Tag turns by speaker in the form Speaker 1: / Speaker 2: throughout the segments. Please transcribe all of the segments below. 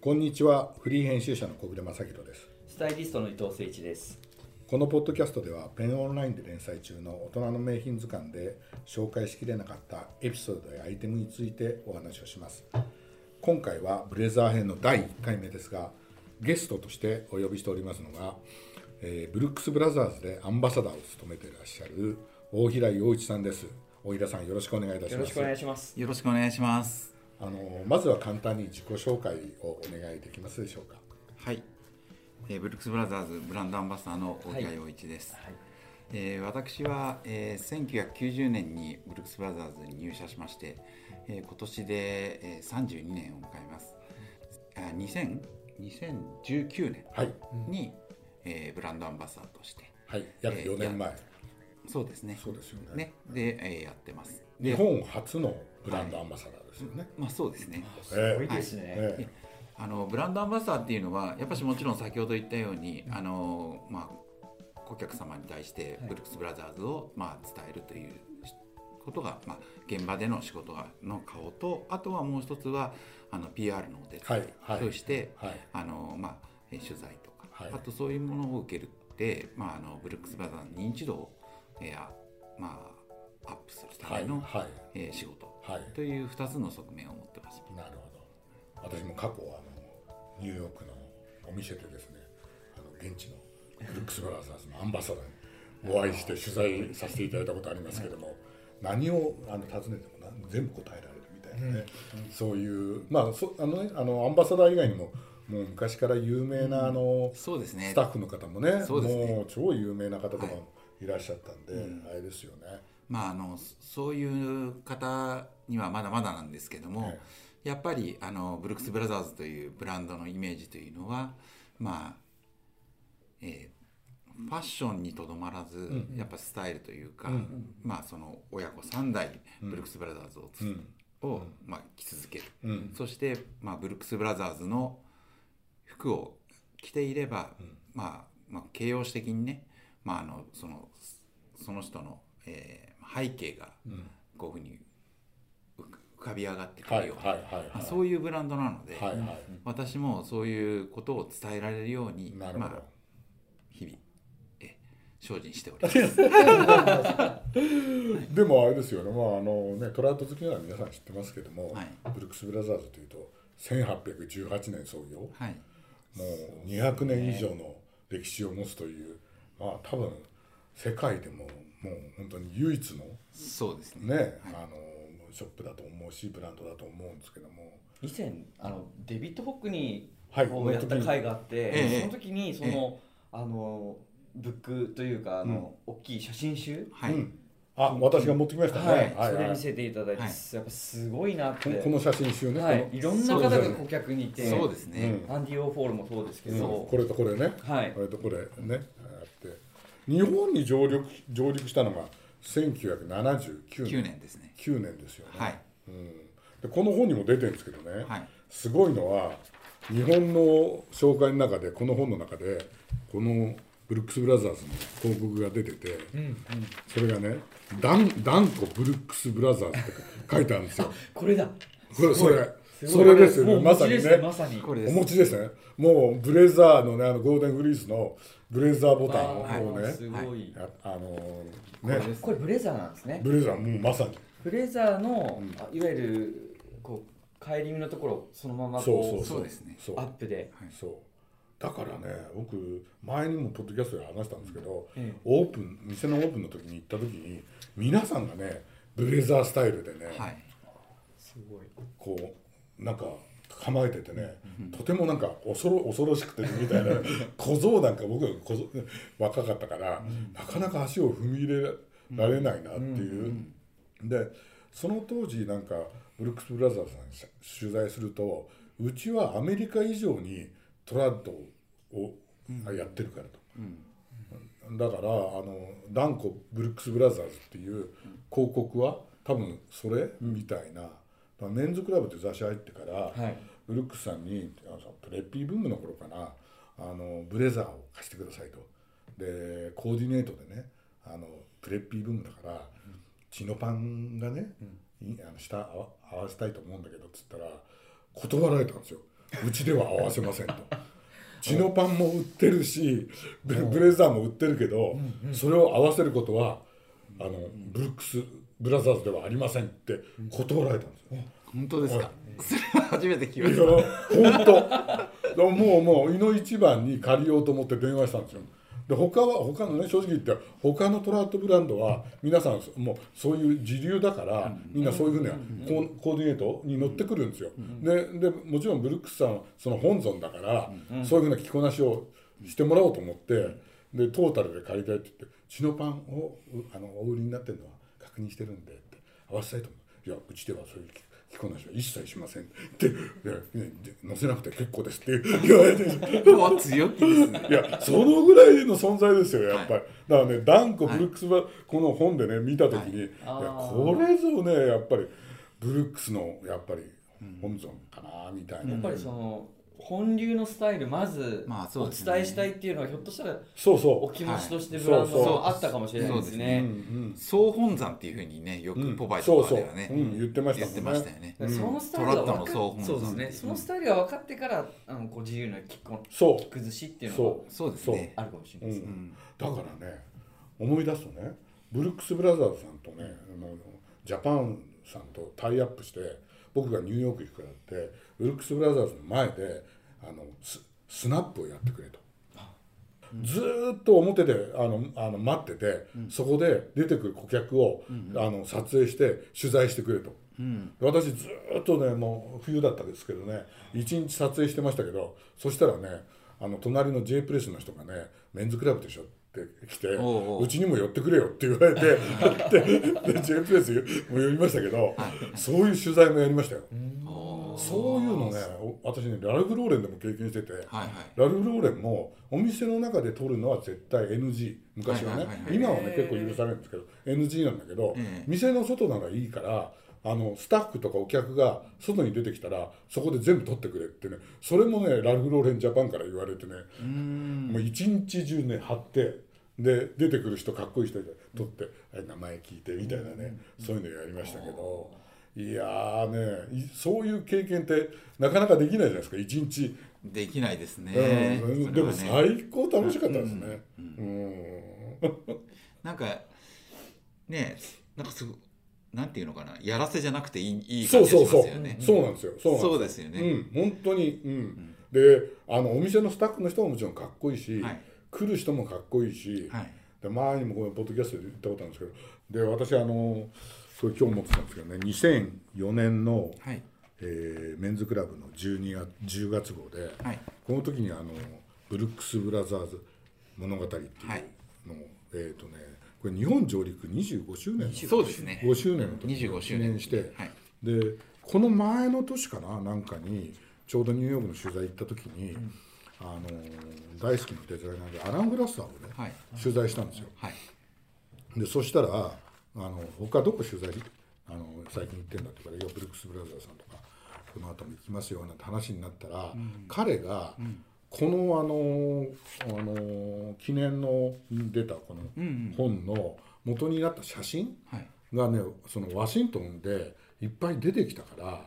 Speaker 1: こんにちはフリー編集者の小暮正弘です
Speaker 2: スタイリストの伊藤誠一です。
Speaker 1: このポッドキャストではペンオンラインで連載中の大人の名品図鑑で紹介しきれなかったエピソードやアイテムについてお話をします今回はブレザー編の第1回目ですがゲストとしてお呼びしておりますのが、えーブルックス・ブラザーズでアンバサダーを務めていらっしゃる大平洋一さんです大平さんよろしくお願いいたします
Speaker 2: よろしくお願いします。
Speaker 3: よろしくお願いします。
Speaker 1: あのまずは簡単に自己紹介をお願いできますでしょうか
Speaker 3: はい、えーブルックスブラザーズブランドアンバサダーの大
Speaker 2: は
Speaker 3: 平
Speaker 2: い
Speaker 3: 洋一です。
Speaker 2: はい
Speaker 3: えー私は、えー1990年にブルックスブラザーズに入社しまして、えー今年で、えー32年を迎えます。あ2000 2019年
Speaker 1: はい
Speaker 3: に、えーブランドアンバサダーとして、
Speaker 1: はい約4年前、
Speaker 3: そうですね。
Speaker 1: そうですよね
Speaker 3: ね、で、えーやってます。
Speaker 1: 日本初のブランドアンバサダーですよね。
Speaker 3: まあそうですね。
Speaker 2: すごいです
Speaker 1: え
Speaker 2: ね。
Speaker 1: え
Speaker 3: あのブランドアンバサダーっていうのはやっぱしもちろん先ほど言ったようにあの、まあ、顧客様に対して
Speaker 2: はい
Speaker 3: ブルックス・ブラザーズを、まあ、伝えるということが、まあ、現場での仕事の顔とあとはもう一つはあの PR のお手伝い
Speaker 1: はいはい
Speaker 3: として、
Speaker 1: はい
Speaker 3: あのまあ、えー取材とか、
Speaker 1: はい
Speaker 3: あとそういうものを受けるって、まあ、あのブルックス・ブラザーズの認知度を、えーあまあ、アップするた
Speaker 1: は
Speaker 3: め
Speaker 1: い
Speaker 3: の、
Speaker 1: はい
Speaker 3: えー仕事
Speaker 1: はい。
Speaker 3: という2つの側面を持ってます。
Speaker 1: なるほど。私も過去あのニューヨークのお店でですね、あの現地のブルックスブラザーズのアンバサダーにお会いして取材させていただいたことありますけども、何をあの尋ねてもな全部答えられるみたいなね、そういうまあそあのねあのアンバサダー以外にももう昔から有名なあの、
Speaker 3: そうですね
Speaker 1: スタッフの方もね
Speaker 3: そうですね
Speaker 1: もう超有名な方とかもいらっしゃったんで、あれですよね、
Speaker 3: まあ、あのそそういう方にはまだまだなんですけども、
Speaker 1: はい
Speaker 3: やっぱりあのブルックス・ブラザーズというブランドのイメージというのは、まあえーファッションにとどまらず、やっぱスタイルというか、まあ、その親子3代ブルックス・ブラザーズをつ、をまあ、着続ける、そして、まあ、ブルックス・ブラザーズの服を着ていれば、まあ、まあ形容詞的にね、まあ、あのそのその人の、えー背景がこういうふうに浮かび上がってく
Speaker 1: はい
Speaker 3: る
Speaker 1: は
Speaker 3: よ
Speaker 1: いう
Speaker 3: な、
Speaker 1: はい
Speaker 3: ま
Speaker 1: は
Speaker 3: あ
Speaker 1: い
Speaker 3: そういうブランドなので、
Speaker 1: はいは
Speaker 3: 私もそういうことを伝えられるように
Speaker 1: いなるほど、
Speaker 3: まあ、日々え精進しており ます。
Speaker 1: でもあれですよね,、まああのねトラウト好きなら皆さん知ってますけども、
Speaker 3: はい
Speaker 1: ブルックス・ブラザーズというと1818年創業も
Speaker 3: はい、
Speaker 1: う200年以上の歴史を持つというまあ多分世界でももう本当に唯一の
Speaker 3: そうですね。
Speaker 1: ね、あのショップだと思うしブランドだと思うんですけども
Speaker 2: 以前あのデビッドホックニ
Speaker 1: はい
Speaker 2: ーをやった回があって、
Speaker 3: ええ
Speaker 2: その時にその、あのブックというかあの、大きい写真集、
Speaker 3: はい、
Speaker 1: うんあ私が持ってきましたね、
Speaker 2: はいそれ見せていただいて、
Speaker 3: はい
Speaker 2: やっぱすごいなって
Speaker 1: こ。のこの写真集ね、
Speaker 2: はい、いろんな方が顧客にいて、
Speaker 3: そうですね。
Speaker 2: アンディ・オーフォールもそうですけ
Speaker 1: この、うん
Speaker 2: ど
Speaker 1: こ、れとこれね、
Speaker 2: はい
Speaker 1: これとこれねあって日本に上陸上陸したのが1979
Speaker 3: 9
Speaker 1: 年
Speaker 3: 年ですね。
Speaker 1: 9年ですよね、
Speaker 3: はい、
Speaker 1: うん、でこの本にも出てるんですけどね、
Speaker 3: はい、
Speaker 1: すごいのは日本の紹介の中でこの本の中でこのブルックス・ブラザーズの広告が出てて、それがね「ダンダンコブルックス・ブラザーズ」って書いてあるんですよ。
Speaker 2: これだ。
Speaker 1: これそれ
Speaker 2: す
Speaker 1: そ
Speaker 2: ごい
Speaker 1: れですよね
Speaker 2: もう
Speaker 1: まさに
Speaker 2: です
Speaker 1: ね
Speaker 2: まさに。
Speaker 3: これで
Speaker 1: お
Speaker 3: す。
Speaker 1: 持ちですねもうブレザーのねあのゴールデンフリースのブレザーボタンを
Speaker 2: あー
Speaker 1: こうね
Speaker 2: すごい。
Speaker 1: ああの
Speaker 2: これ
Speaker 1: ーね
Speaker 2: これブレザーなんですね。
Speaker 1: ブレザーもうまさに
Speaker 2: ブレザーの、あいわゆるこう帰り身のところそのまま
Speaker 1: そう
Speaker 2: こ
Speaker 1: そうう
Speaker 3: そうですね
Speaker 1: そう
Speaker 2: アップで。
Speaker 1: そうだからね僕前にもポッドキャストで話したんですけど、
Speaker 2: ええ
Speaker 1: オープン店のオープンの時に行った時に皆さんがねブレザースタイルでね、
Speaker 3: はい、
Speaker 2: すごい。
Speaker 1: こうなんか構えててね、とてもなんか恐ろ恐ろしくてみ たいな小僧なんか僕が小僧若かったから、なかなか足を踏み入れられないなっていう、でその当時なんかブルックス・ブラザーズさんに取材するとうちはアメリカ以上にトラッドをやってるからと。だからあのダンコブルックス・ブラザーズっていう広告は多分それみたいな、だからメンズクラブって雑誌入ってから、
Speaker 2: はい。
Speaker 1: ブルックスさんにあのプレッピーブームの頃かなあのブレザーを貸してくださいとでコーディネートでねあのプレッピーブームだからチノパンがね、いあの下合わ合わせたいと思うんだけどっつったら断られたんですよ。うちでは合わせ ませんと。チノパンも売ってるしブブレザーも売ってるけど、それを合わせることはあのブルックス・ブラザーズではありませんって断られたんですよ。
Speaker 3: 本当ですかそれは初めて聞きま
Speaker 1: い
Speaker 3: し
Speaker 1: や本当だからもうもう井の一番に借りようと思って電話したんですよで他は他のね正直言って他のトラットブランドは皆さんもうそういう時流だからみんなそういうふうなコーコーディネートに乗ってくるんですよででもちろんブルックスさんはその本尊だからそういうふうな着こなしをしてもらおうと思ってでトータルで借りたいって言って「チノパンをうあのお売りになってるのは確認してるんで」って合わせたいと思ういやうちではそういう着着こなしは一切しませんってでねで載せなくて結構ですって言われて
Speaker 3: たうわ強気ですね
Speaker 1: いやそのぐらいの存在ですよやっぱりだからね断固ブルックスはこの本でね見た時に、い、や
Speaker 2: あー
Speaker 1: これぞねやっぱりブルックスのやっぱり本尊かなみたいな、
Speaker 2: やっぱりその本流のスタイルまず
Speaker 3: まあそ
Speaker 2: お
Speaker 3: うですね
Speaker 2: 伝えしたいっていうのはひょっとしたら
Speaker 1: そうそ
Speaker 2: お気持ちとしてブランド
Speaker 1: はいそうそう
Speaker 2: もあったかもしれないです
Speaker 1: う、う
Speaker 2: ね。
Speaker 1: ん
Speaker 3: 総本山っていうふうにねよ
Speaker 1: うん
Speaker 3: くポパイ
Speaker 1: そ
Speaker 3: と
Speaker 1: う
Speaker 3: か
Speaker 1: そう
Speaker 3: ではね、
Speaker 1: うん言ってました
Speaker 3: 言
Speaker 1: もんね
Speaker 3: ってましたよね
Speaker 1: うん
Speaker 2: そのスタイルが
Speaker 3: トラッ
Speaker 2: 分
Speaker 3: タの
Speaker 2: か
Speaker 3: 総
Speaker 2: っ
Speaker 3: 本
Speaker 2: そうです
Speaker 3: う
Speaker 2: ね。
Speaker 3: ん
Speaker 2: そのスタイルが分かってからあのこう自由なきこ
Speaker 1: そう
Speaker 2: 着崩しっていうの
Speaker 1: そう
Speaker 3: そうですね
Speaker 2: があるかもしれないです
Speaker 1: う
Speaker 2: ね。
Speaker 3: ん
Speaker 1: だからね思い出すとねブルックス・ブラザーズさんとねあのジャパンさんとタイアップして僕がニューヨーク行くからってブルックス・ブラザーズの前であのススナップをやってくれと。ずーっと表であのあの待ってて、そこで出てくる顧客を、あの撮影して取材してくれと、私ずーっとねもう冬だったんですけどね一日撮影してましたけどそしたらねあの隣の J プレスの人がね「メンズクラブでしょ」って来て
Speaker 3: おうおう
Speaker 1: うちにも寄ってくれよ」って言われてでで J プレスも呼びましたけどそういう取材もやりましたよ。そういうのねお私ねラルフ・ローレンでも経験してて。
Speaker 3: はいはい
Speaker 1: ラルフ・ローレンもお店の中で撮るのは絶対 NG 昔はね、
Speaker 3: はいはいはいはい
Speaker 1: 今はね結構許されるんですけど NG なんだけど、
Speaker 3: ええ
Speaker 1: 店の外ならいいからあのスタッフとかお客が外に出てきたらそこで全部撮ってくれってねそれもねラルフ・ローレン・ジャパンから言われてね、もう一日中ね貼ってで出てくる人かっこいい人で撮って、はい名前聞いてみたいなね、そういうのやりましたけど。いやーねいそういう経験ってなかなかできないじゃないですか一日
Speaker 3: できないですね,それはね、
Speaker 1: うんでも最高楽しかったですね。うん
Speaker 3: なんかねなんかすごなんていうのかなやらせじゃなくていいいい
Speaker 1: そ
Speaker 3: 感
Speaker 1: う
Speaker 3: じが
Speaker 1: そ
Speaker 3: し
Speaker 1: う
Speaker 3: ま
Speaker 1: そう
Speaker 3: すよね。
Speaker 1: そうなんですよ。そうなんです
Speaker 3: そ
Speaker 1: よ
Speaker 3: うですよね、
Speaker 1: うん、本当に、うんであのお店のスタッフの人ももちろんかっこいいし、
Speaker 3: はい
Speaker 1: 来る人もかっこいいし、
Speaker 3: はい
Speaker 1: で前にもこのポッドキャストで言ったことあるんですけどで私あのこれ今日持ってたんですけどね2004年の、
Speaker 3: はい
Speaker 1: えーメンズクラブの12月10月号で、
Speaker 3: はい
Speaker 1: この時にあのブルックス・ブラザーズ物語っていう
Speaker 3: はい
Speaker 1: のを、えっ、とねこれ日本上陸25周年の
Speaker 3: そうですね
Speaker 1: 5周年の時
Speaker 3: 25周年
Speaker 1: にして、
Speaker 3: はい
Speaker 1: でこの前の年かななんかにちょうどニューヨークの取材行った時に、あの大好きなデザイナーでアラン・グラスターをね、
Speaker 3: はい
Speaker 1: 取材したんですよ。
Speaker 3: はい
Speaker 1: でそしたらあの他どこ取材あの最近行ってんだって言うから「いやブルックス・ブラザーズさんとかこの後も行きますよ」なんて話になったら、彼が、このあのあの記念の出たこの本の元になった写真、
Speaker 3: はい
Speaker 1: がねそのワシントンでいっぱい出てきたから、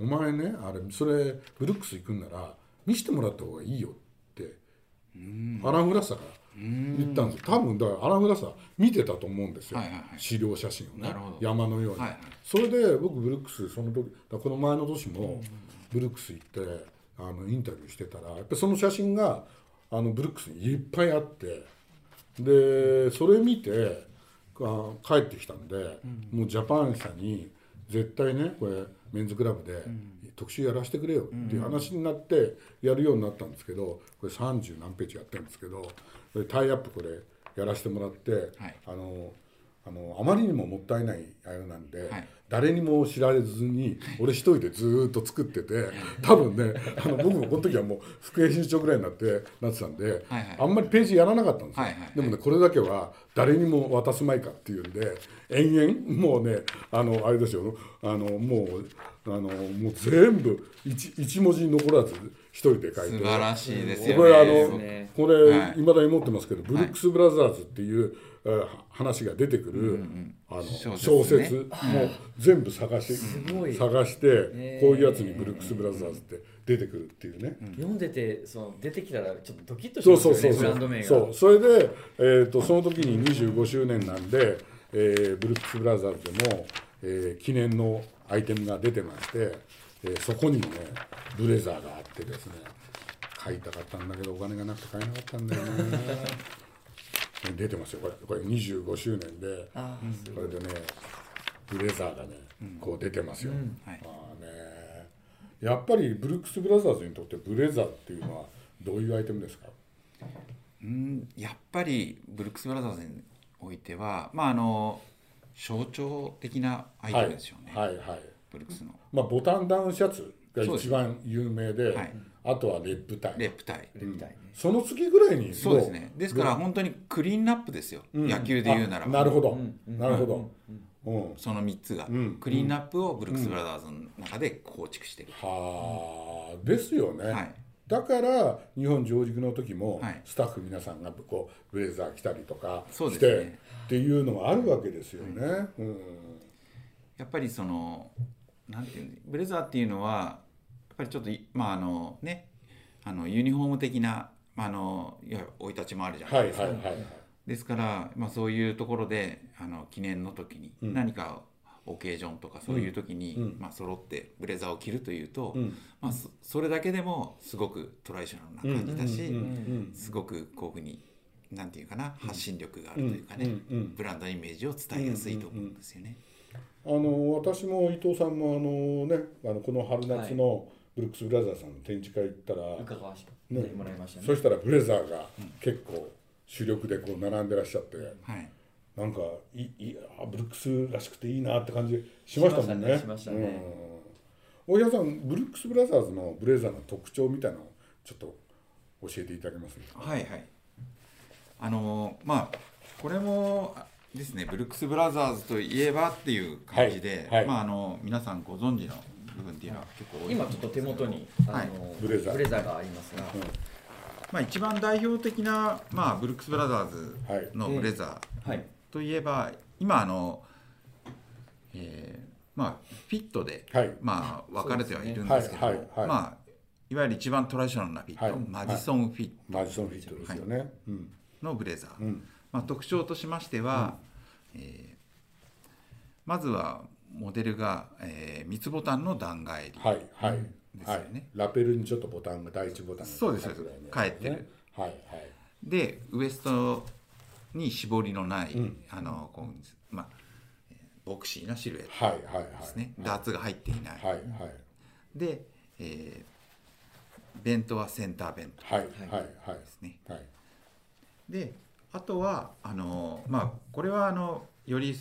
Speaker 1: お前ねあれそれブルックス行くんなら見せてもらった方がいいよってアラン・フラッサーが言ったんですよ多分だからアラン・フラッサー見てたと思うんですよ、
Speaker 3: はいはいはい
Speaker 1: 資料写真を
Speaker 3: な
Speaker 1: ね
Speaker 3: るほど
Speaker 1: 山のように、
Speaker 3: はいはい
Speaker 1: それで僕ブルックスその時だからこの前の年もブルックス行ってあのインタビューしてたらやっぱりその写真があのブルックスにいっぱいあって。でそれ見てあ帰ってきたんで、もうジャパン社に絶対ねこれメンズクラブで特集やらせてくれよっていう話になってやるようになったんですけどこれ30何ページやってるんですけどこれタイアップこれやらせてもらって、
Speaker 3: はい
Speaker 1: あのあのあまりにももったいないあれなんで、
Speaker 3: はい
Speaker 1: 誰にも知られずに俺一人でずーっと作ってて多分ねあの僕もこの時はもう副編集長ぐらいになってなってたんで、
Speaker 3: はいはい
Speaker 1: あんまりページやらなかったんですよ、
Speaker 3: はいはいはい
Speaker 1: でもねこれだけは誰にも渡すまいかっていうんで延々もうねあのあれですよあのもうあのもう全部一一文字残らず一人で書いて
Speaker 3: 素晴らしいですよね
Speaker 1: これあ
Speaker 2: す
Speaker 1: の
Speaker 2: ね
Speaker 1: これ、
Speaker 3: はい
Speaker 1: 未だに持ってますけどブルックス・ブラザーズっていう、えー話が出てくる、
Speaker 3: ん
Speaker 1: あの
Speaker 3: 小説ね
Speaker 1: 小説も全部探し
Speaker 4: ごい
Speaker 1: 探して、
Speaker 4: え
Speaker 1: こういうやつにブルックス・ブラザーズって出てくるっていうね。
Speaker 4: 読んでてその出てきたらちょっとドキッとし
Speaker 1: そう
Speaker 4: ます
Speaker 1: そうそう
Speaker 4: よねブ
Speaker 1: そ
Speaker 4: ランド
Speaker 1: う
Speaker 4: 名が
Speaker 1: そうそれで、えー、とその時に25周年なんで、えーブルックス・ブラザーズでも、えー記念のアイテムが出てまして、えーそこにもねブレザーがあってですね買いたかったんだけどお金がなくて買えなかったんだよね出てますよこれこれ25周年で
Speaker 4: あーす
Speaker 1: これでねブレザーがねこう出てますよ、
Speaker 3: はい
Speaker 1: まあねやっぱりブルックス・ブラザーズにとってブレザーっていうのはどういうアイテムですか、
Speaker 3: うんやっぱりブルックス・ブラザーズにおいては、まあ、あの象徴的なアイテムですよね、
Speaker 1: はい、はいはい
Speaker 3: ブルックスの
Speaker 1: まあ、ボタンダウンシャツが
Speaker 3: そう
Speaker 1: 一
Speaker 3: です
Speaker 1: 番有名で
Speaker 3: はい
Speaker 1: あとはレップタ
Speaker 3: レ
Speaker 1: イ
Speaker 3: プタイ
Speaker 4: みたいね
Speaker 1: その次ぐらいにも
Speaker 3: そうですねですから本当にクリーンナップですよ、野球で言うなら
Speaker 1: あなるほど、
Speaker 4: んうん
Speaker 1: なるほど、うん
Speaker 3: その3つが、
Speaker 1: うん
Speaker 3: クリーンナップをブルックス・ブラザーズの中で構築してる、
Speaker 1: はあですよね、
Speaker 3: はい
Speaker 1: だから日本上陸の時も
Speaker 3: はい
Speaker 1: スタッフ皆さんがこうブレザー着たりとか
Speaker 3: そう
Speaker 1: し
Speaker 3: です
Speaker 1: て、
Speaker 3: ね
Speaker 1: っていうのがあるわけですよね、うん
Speaker 3: やっぱりそのなんていうんでブレザーっていうのはやっぱりちょっといまああのねあのユニフォーム的なまああのいわゆる生い立ちもあるじゃな
Speaker 1: はいい
Speaker 3: ですか、
Speaker 1: はいはいはい
Speaker 3: ですから、まあ、そういうところであの記念の時に、何かオケージョンとかそういう時に、
Speaker 1: うん
Speaker 3: まあ揃ってブレザーを着るというと、
Speaker 1: うん
Speaker 3: まあ、そそれだけでもすごくトライショナルな感じだし、
Speaker 1: うんうん
Speaker 3: すごくこういうふうになんていうかな発信力があるというかね、
Speaker 1: うんうん
Speaker 3: ブランドイメージを伝えやすいと思うんですよね。
Speaker 1: あの私も伊藤さんもあの、ね、あのこの春夏のブルックス・ブラザーさんの展示会行ったら、
Speaker 4: 伺わせ
Speaker 1: ね
Speaker 4: てもらいましたね
Speaker 1: そしたらブレザーが結構主力でこう並んでらっしゃって、
Speaker 3: はい
Speaker 1: なんかいいあブルックスらしくていいなって感じしましたもんね。
Speaker 4: しましたねしましたね
Speaker 1: うん、大平さんブルックス・ブラザーズのブレザーの特徴みたいなのをちょっと教えていただけますか、
Speaker 3: はいはい。あのーまあこれもあですねブルックス・ブラザーズといえばっていう感じで、
Speaker 1: はいはい
Speaker 3: まああの皆さんご存知の部分っていうのは結構多い
Speaker 4: 今
Speaker 3: 思
Speaker 4: ちょっと手元にあの
Speaker 1: ブレザー
Speaker 4: がありますが
Speaker 3: まあ一番代表的なまあブルックス・ブラザーズのブレザ
Speaker 4: は
Speaker 3: ー
Speaker 4: い
Speaker 3: といえば、今あの、えーまあフィットで、
Speaker 1: はい
Speaker 3: まあ分かれてはいるんですけど、
Speaker 1: そうですねはいはいはい
Speaker 3: まあいわゆる一番トラディショナルなフィット、
Speaker 1: はい
Speaker 3: マディソンフィット
Speaker 1: マジソンフィットですよね。うん
Speaker 3: のブレザー、
Speaker 1: うん
Speaker 3: まあ、特徴としましては、えーまずはモデルが、えー三つボタンの段返り、
Speaker 1: はいはい、
Speaker 3: です
Speaker 1: は
Speaker 3: よ
Speaker 1: い
Speaker 3: ね
Speaker 1: ラペルにちょっとボタンが第一ボタンが
Speaker 3: そうですそうです
Speaker 1: 入って
Speaker 3: 返ってる。
Speaker 1: はいはい。
Speaker 3: でウエストに絞りのない、
Speaker 1: うん
Speaker 3: あのこうまあ、えーボクシーなシルエット
Speaker 1: はいはいはい。
Speaker 3: ですね、ダーツが入っていない、
Speaker 1: はいはい
Speaker 3: で、えーベントはセンターベント
Speaker 1: はいはいはい
Speaker 3: ですね
Speaker 1: はい。
Speaker 3: であとはあのまあこれはあのより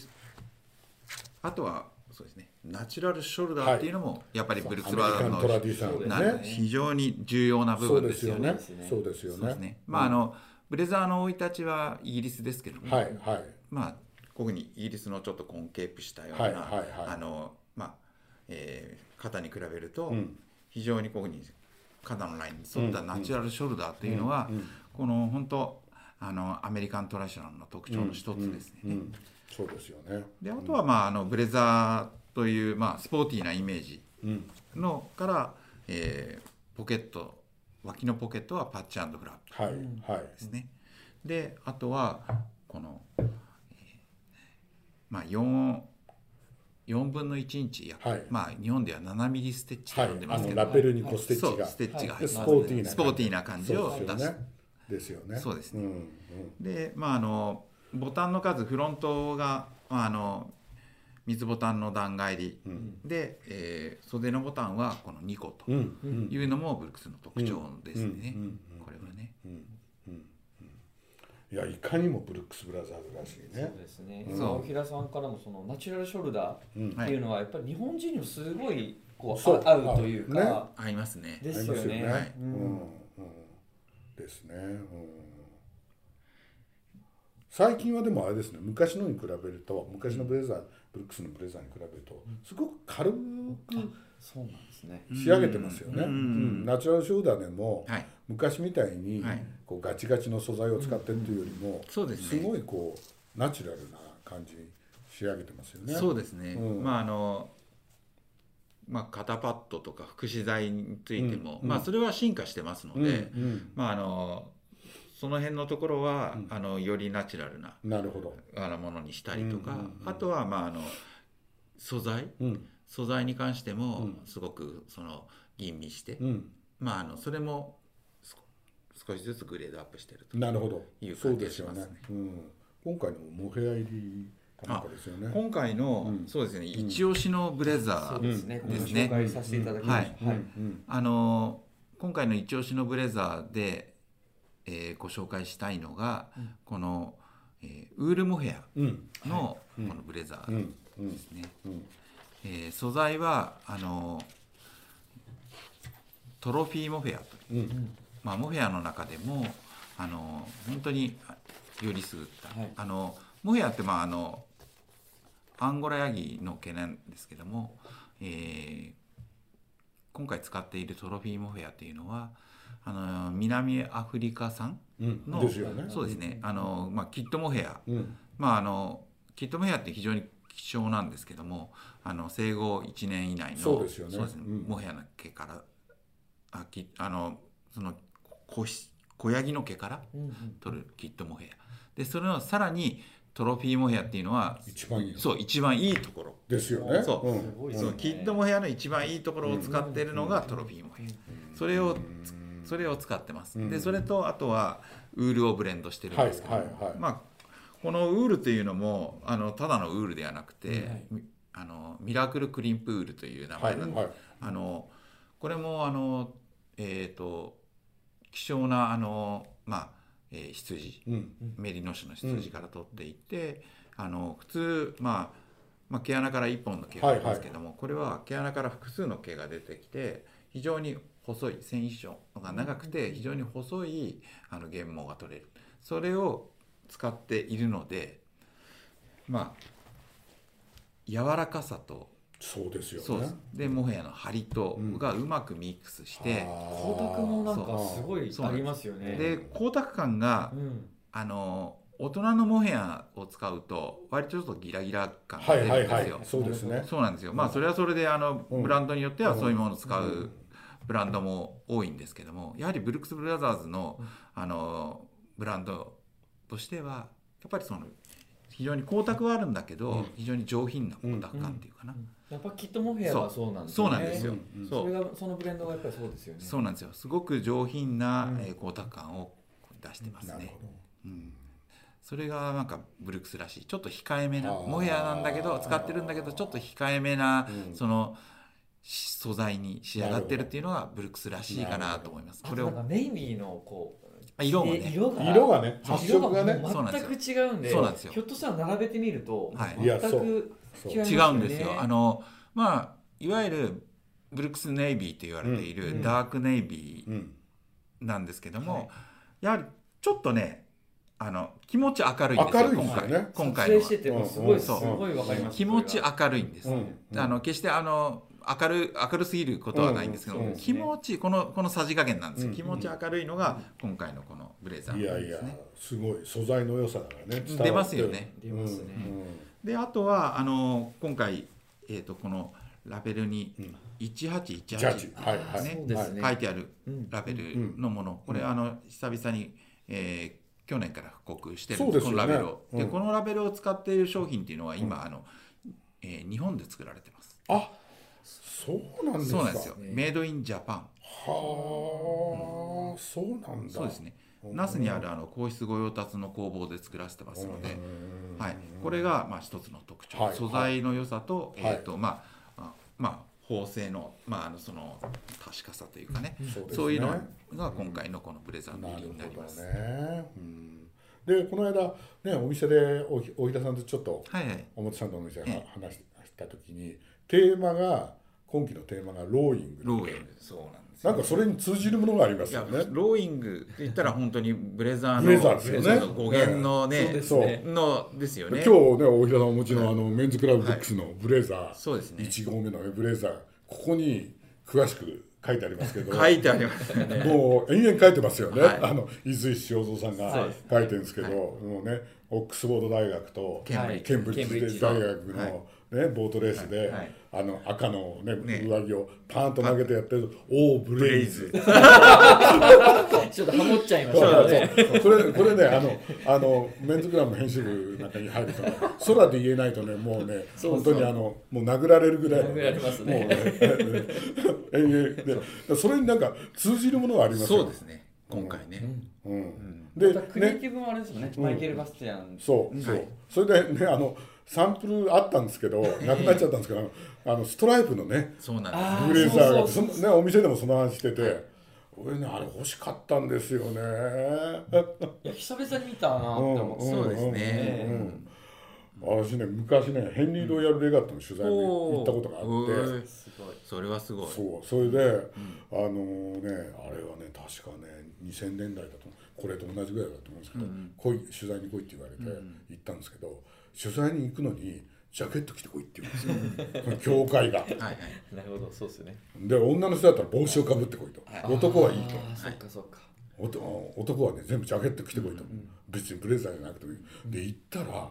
Speaker 3: あとはそうですねナチュラルショルダーっていうのも、やっぱりブルックスバーガー
Speaker 1: アメリカントラ
Speaker 3: の
Speaker 1: ディショナ
Speaker 3: な
Speaker 1: ルね。
Speaker 3: 非常に重要な部
Speaker 1: そう
Speaker 3: 分
Speaker 1: で
Speaker 3: ですす
Speaker 1: よ
Speaker 3: よ
Speaker 1: ね
Speaker 3: ね。
Speaker 1: そうですよ
Speaker 3: そうです
Speaker 1: ね
Speaker 3: ね。まああのブレザーの生い立ちはイギリスですけども、
Speaker 1: はいはい。
Speaker 3: まあこういうふうにイギリスのちょっとコンケープしたような、
Speaker 1: はいはいはい
Speaker 3: あのまあ、えー肩に比べると
Speaker 1: うん
Speaker 3: 非常にこういうふうに肩のラインに沿ったナチュラルショルダーというのは、
Speaker 1: うんうん
Speaker 3: この本当あのアメリカントラディショナルの特徴の一つですね。
Speaker 1: うんうんそうですよね。
Speaker 3: であとは、まあ、あのブレザーという、まあ、スポーティーなイメージ
Speaker 1: うん
Speaker 3: のから、えーポケット脇のポケットはパッチフラップ
Speaker 1: はいはい
Speaker 3: ですね。であとはこの、えーまあ、4, 4分の1インチ約、
Speaker 1: はい
Speaker 3: まあ、日本では7ミリステッチと
Speaker 1: はい
Speaker 3: 呼んで。ま
Speaker 1: あ
Speaker 3: すけ
Speaker 1: の
Speaker 3: ど、
Speaker 1: ラペルにこうステッ
Speaker 3: そ
Speaker 1: チ
Speaker 3: う
Speaker 1: が
Speaker 3: ステッチ
Speaker 1: で
Speaker 3: が入って
Speaker 1: ス
Speaker 3: ま
Speaker 1: ポーティー
Speaker 3: す
Speaker 1: な
Speaker 3: スポーティーな感じを
Speaker 1: そうです
Speaker 3: 出す
Speaker 1: よね。ですよね。
Speaker 3: そうですね
Speaker 1: うん
Speaker 3: でまああのボタンの数フロントが、まあ、あの水ボタンの段階り、
Speaker 1: ん
Speaker 3: で、えー袖のボタンはこの2個と
Speaker 1: うんうんうん
Speaker 3: いうのもブルックスの特徴ですね、
Speaker 1: うんうんうん
Speaker 3: これはね、
Speaker 1: いやいかにもブルックスブラザーズらしい
Speaker 4: そう
Speaker 1: ね。
Speaker 4: ですね
Speaker 3: うん
Speaker 4: 大平さんからもそのナチュラルショルダーっていうのはやっぱり日本人にもすごいこう
Speaker 1: そう
Speaker 4: あ合うという
Speaker 1: ね
Speaker 4: か
Speaker 3: 合いますね
Speaker 4: で
Speaker 1: あり
Speaker 4: す
Speaker 1: ま
Speaker 4: よ
Speaker 1: すよね。
Speaker 4: ね
Speaker 1: う
Speaker 4: うんん
Speaker 1: うんですね。うん最近はでもあれですね昔のに比べると昔のブレザーブルックスのブレザーに比べるとすごく軽く
Speaker 4: そうなんですね
Speaker 1: 仕上げてますよね、
Speaker 3: う
Speaker 1: う
Speaker 3: ん
Speaker 1: んナチュラルショルダーでも、
Speaker 3: はい
Speaker 1: 昔みたいに
Speaker 3: はい
Speaker 1: こうガチガチの素材を使ってっていうよりも、
Speaker 3: そうですね
Speaker 1: ごいこうナチュラルな感じに仕上げてますよね。
Speaker 3: そううですね、
Speaker 1: うん
Speaker 3: まああのまあ肩パッドとか副資材についても、
Speaker 1: うん
Speaker 3: まあそれは進化してますので、
Speaker 1: んうん
Speaker 3: まああのその辺のところは、
Speaker 1: うん
Speaker 3: あのよりナチュラルな
Speaker 1: なるほど。
Speaker 3: あのものにしたりとか、
Speaker 1: うんうんうん
Speaker 3: あとはまああの素材
Speaker 1: うん
Speaker 3: 素材に関しても、
Speaker 1: うん
Speaker 3: すごくその吟味して、
Speaker 1: うん、
Speaker 3: まああのそれもすこ少しずつグレードアップしてると
Speaker 1: なるほど
Speaker 3: いう。
Speaker 1: そう
Speaker 3: 感じ
Speaker 1: で
Speaker 3: が
Speaker 1: す
Speaker 3: し
Speaker 1: よ
Speaker 3: ます
Speaker 1: ね
Speaker 3: ね。
Speaker 1: うん、今回のモヘア入りかなんかですよね。
Speaker 3: 今回の、
Speaker 1: うん
Speaker 3: そうですね一押しのブレザー、
Speaker 4: そうですね、
Speaker 1: うん
Speaker 4: ご
Speaker 3: ですね
Speaker 4: 紹介させていただきました、
Speaker 1: うん
Speaker 4: はい
Speaker 1: うん
Speaker 3: あの今回の一押しのブレザーで、えーご紹介したいのが、この、えーウールモヘ
Speaker 1: うん
Speaker 3: アの、
Speaker 1: いうん
Speaker 3: このブレザ
Speaker 1: う
Speaker 3: ー
Speaker 1: んうん
Speaker 3: ですね、
Speaker 1: うん
Speaker 3: えー素材はあのトロフィーモヘアという、
Speaker 1: うん
Speaker 3: まあ、モヘアの中でもあの本当にあより優った、
Speaker 4: はい
Speaker 3: あのモヘアってまああのアンゴラヤギの毛なんですけども、えー今回使っているトロフィーモヘアっていうのはあの南アフリカ産
Speaker 1: うん
Speaker 3: の
Speaker 1: ですよね。
Speaker 3: そうですねあの、まあ、キットモヘア、
Speaker 1: うん
Speaker 3: まあ、あのキットモヘアって非常に希少なんですけどもあの生後1年以内の
Speaker 1: そうですよね
Speaker 3: ね
Speaker 1: うん
Speaker 3: モヘアの毛からあきあのその小し小ヤギの毛から
Speaker 4: うんうん
Speaker 3: 取るキットモヘアでそれのさらにトロフィーモヘアっていうのは
Speaker 1: 一番いいの
Speaker 3: そう一番いいところ、
Speaker 1: ですよね。
Speaker 3: そう
Speaker 1: うん
Speaker 4: すごいです
Speaker 3: そ
Speaker 4: ね
Speaker 3: うキットモヘアの一番いいところを使ってるのがトロフィーモヘアそれをつそれを使ってます
Speaker 1: うん
Speaker 3: でそれとあとはウールをブレンドしてるんですけど
Speaker 1: はいはいはい
Speaker 3: まあこのウールというのもあのただのウールではなくて、
Speaker 4: い
Speaker 3: みあのミラクルクリンプウールという名
Speaker 1: は
Speaker 3: 前
Speaker 1: い
Speaker 3: なんで
Speaker 1: はい。
Speaker 3: あのこれもあのえっ、と希少なあのまあ、えー羊
Speaker 1: うん
Speaker 3: メリノ種の羊から取っていて、あの普通、まあ、まあ毛穴から1本の毛がありますけども、これは毛穴から複数の毛が出てきて非常に細い繊維糸が長くて非常に細いあの原毛が取れるそれを使っているのでまあ柔らかさと
Speaker 1: そうですよね。
Speaker 3: そうですでモヘアの張りとがうまくミックスして、
Speaker 1: 光
Speaker 4: 光沢もなんかすごいありますよね
Speaker 3: で光沢感が
Speaker 4: うん
Speaker 3: あの大人のモヘアを使うと割とちょっとギラギラ感
Speaker 1: は
Speaker 3: が出
Speaker 1: いは
Speaker 3: る
Speaker 1: い
Speaker 3: んで
Speaker 1: は
Speaker 3: す
Speaker 1: い
Speaker 3: よ。
Speaker 1: そうですね
Speaker 3: そうなんですよ。まあそれはそれであの
Speaker 1: うん
Speaker 3: ブランドによってはそういうものを使
Speaker 1: うん
Speaker 3: うブランドも多いんですけどもやはりブルックス・ブラザーズのあのブランドとしてはやっぱりその非常に光沢はあるんだけど非常に上品な光沢感っていうかな
Speaker 4: やっぱキットモヘアはそうなんです
Speaker 3: そ
Speaker 4: よ
Speaker 3: う
Speaker 4: ね
Speaker 3: なんですよ
Speaker 1: うん
Speaker 3: そ
Speaker 4: そうれがそのブレンドがやっぱりそうですよね
Speaker 3: そうなんですよすごく上品な
Speaker 4: うん
Speaker 3: えー光沢感を出してます
Speaker 1: なる
Speaker 3: ね
Speaker 1: ほ。ど。
Speaker 3: うんそれがなんかブルックスらしいちょっと控えめな
Speaker 1: あー
Speaker 3: モヘアなんだけど使ってるんだけどちょっと控えめな、
Speaker 1: うん
Speaker 3: そのし素材に仕上がってるっていうのがブルックスらしいかなと思います
Speaker 4: あ
Speaker 3: ことれ
Speaker 4: なんか
Speaker 3: を
Speaker 4: ネイビーのこう
Speaker 3: あ色もね
Speaker 4: 色が
Speaker 1: 色がね
Speaker 4: そう
Speaker 1: 発色がね
Speaker 4: 色
Speaker 3: そうなんですよ
Speaker 4: 全く違うんで
Speaker 3: そうなんですよ
Speaker 4: ひょっとしたら並べてみると
Speaker 3: はい
Speaker 1: いや
Speaker 4: 全
Speaker 1: そう
Speaker 4: く
Speaker 1: そう
Speaker 4: 違います
Speaker 3: 違
Speaker 4: よ
Speaker 3: うん
Speaker 4: ね
Speaker 3: ですよあのまあいわゆるブルックスネイビーと言われてい
Speaker 4: うんう
Speaker 3: る
Speaker 4: ん
Speaker 3: ダークネイビ
Speaker 1: うん
Speaker 3: ーなんですけど
Speaker 4: はい
Speaker 3: もやはりちょっとねあの気持ち明るいんですよ
Speaker 1: 明るいです
Speaker 3: 今
Speaker 1: よね
Speaker 3: 回
Speaker 4: 撮
Speaker 3: 今回の
Speaker 4: 影
Speaker 3: は
Speaker 4: しててもす
Speaker 1: う
Speaker 4: ご
Speaker 1: ん
Speaker 4: いす
Speaker 3: そう
Speaker 4: ごいわかります
Speaker 3: 気持ち明るいんです
Speaker 1: うんうん
Speaker 3: あの決してあの明るい明るすぎることはないんですけど、
Speaker 1: うんうん
Speaker 3: 気持ちこのこのさじ加減なんですよ、
Speaker 1: うん
Speaker 3: 気持ち明るいのが今回のこのブレザ
Speaker 1: い
Speaker 3: ーな
Speaker 1: や
Speaker 3: ん
Speaker 1: い
Speaker 3: で
Speaker 1: や
Speaker 3: すね。
Speaker 1: すごい素材の良さがね伝わって
Speaker 3: 出ますよね。
Speaker 4: 出ますね
Speaker 3: であとはあの今回、えー、とこのラベルに
Speaker 1: うんジャッジ
Speaker 3: 1818、
Speaker 1: はいはい
Speaker 3: ね
Speaker 4: そうですね
Speaker 3: 書いてある
Speaker 4: うん
Speaker 3: ラベルのもの、これあの久々に、えー去年から復刻してる
Speaker 1: そう
Speaker 3: ん
Speaker 1: ですよ
Speaker 3: この
Speaker 1: ね
Speaker 3: ラベルを。で
Speaker 1: うん
Speaker 3: このラベルを使っている商品っていうのは今、あのえー日本で作られてます。
Speaker 1: あそうなんですか
Speaker 3: そうなんですよ。メイドインジャパン。
Speaker 1: はあそうなんだ
Speaker 3: そうですね。那須にあるあの皇室御用達の工房で作らせてますので、はい、これがまあ一つの特徴、
Speaker 1: はい
Speaker 3: 素材の良さと、
Speaker 1: はい
Speaker 3: えっ、とまああまあ縫製のまああのその確かさというかね、
Speaker 1: そうですね
Speaker 3: そういうのが今回のこのブレザーの
Speaker 1: な
Speaker 3: 入り
Speaker 1: る
Speaker 3: になり
Speaker 1: ほ
Speaker 3: ま
Speaker 1: ど
Speaker 3: す。
Speaker 1: ねうんでこの間ねお店でおひおひださんとちょっと
Speaker 3: はいはい、
Speaker 1: 表参道のお店
Speaker 3: え
Speaker 1: で
Speaker 3: え
Speaker 1: 話した時にテーマが今期のテーマがローイング
Speaker 3: ローイング、そうなんですよ。
Speaker 1: なんかそれに通じるものがあります
Speaker 3: い
Speaker 1: よ
Speaker 3: や
Speaker 1: ね
Speaker 3: ローイングって言ったら本当にブレザーの
Speaker 1: ブレザーですよね
Speaker 3: ブレザーの語源のね
Speaker 1: ねそうです
Speaker 3: のですよね。
Speaker 1: 今日ね大平さんお持ちのあのメンズクラブブックスのブレザー、
Speaker 3: そうですね
Speaker 1: 1号目のねブレザーここに詳しく書いてありますけ ど
Speaker 3: 書いてありますよね。
Speaker 1: もう延々書いてますよね、
Speaker 3: はい
Speaker 1: あの伊豆石正蔵さんが
Speaker 4: そう
Speaker 1: 書いてるんですけど、もうねオックスフォード大学と
Speaker 3: ケンブリッ
Speaker 1: ケンブリ
Speaker 4: ケンブ
Speaker 1: ッ
Speaker 4: リッ
Speaker 1: ジ
Speaker 4: ジ
Speaker 1: 大学の、
Speaker 3: は
Speaker 1: ねボートレースで、
Speaker 3: はいはい
Speaker 1: あの赤の、ね
Speaker 3: ね
Speaker 1: 上着をパーンと投げてやってる「オーブレイズ」
Speaker 4: ちょっとハモっちゃいまし
Speaker 1: そ
Speaker 4: た
Speaker 1: う
Speaker 4: よ
Speaker 1: そ
Speaker 4: ね。
Speaker 1: うこれこれねあのあのメンズクラブの編集部なんかに入ると空で言えないとねもうね
Speaker 4: そう
Speaker 1: 本当にあのもう殴られるぐらいの
Speaker 4: 殴られますね
Speaker 1: もうね延々でそれになんか通じるものはありますよ
Speaker 3: そうですね今回ね、
Speaker 1: うん、
Speaker 2: ま
Speaker 1: で
Speaker 2: たクリエイ
Speaker 1: ね
Speaker 2: ティブもあれですよね、マイケル・バスティアン
Speaker 1: そうそう、それでねあのサンプルあったんですけどなくなっちゃったんですけどあのあのストライプのね
Speaker 3: そうなんです
Speaker 4: あ
Speaker 1: ブレザーが
Speaker 4: そう
Speaker 1: そのねお店でもその話してて俺ねあれ欲しかったんですよね。
Speaker 4: いや久々に見たなって思って、
Speaker 1: うん
Speaker 3: そうですね、
Speaker 1: うん私ね昔ねヘンリー・ロイヤル・レガットの取材に行ったことがあって、
Speaker 3: てすごいそれはすごい
Speaker 1: そうそれで、あのねあれはね確かね2000年代だと思うこれと同じぐらいだと思うんですけど、来い取材に来いって言われて行ったんですけど、取材に行くのにジャケット着てこいって言うんですよ この教会が。
Speaker 3: はいはい
Speaker 4: なるほどそうですね。
Speaker 1: で女の人だったら帽子をかぶってこいと男はいいと。
Speaker 4: ああそっかそっか。
Speaker 1: おと男はね全部ジャケット着てこいと、別にブレザーじゃなくてもいい、で行ったら、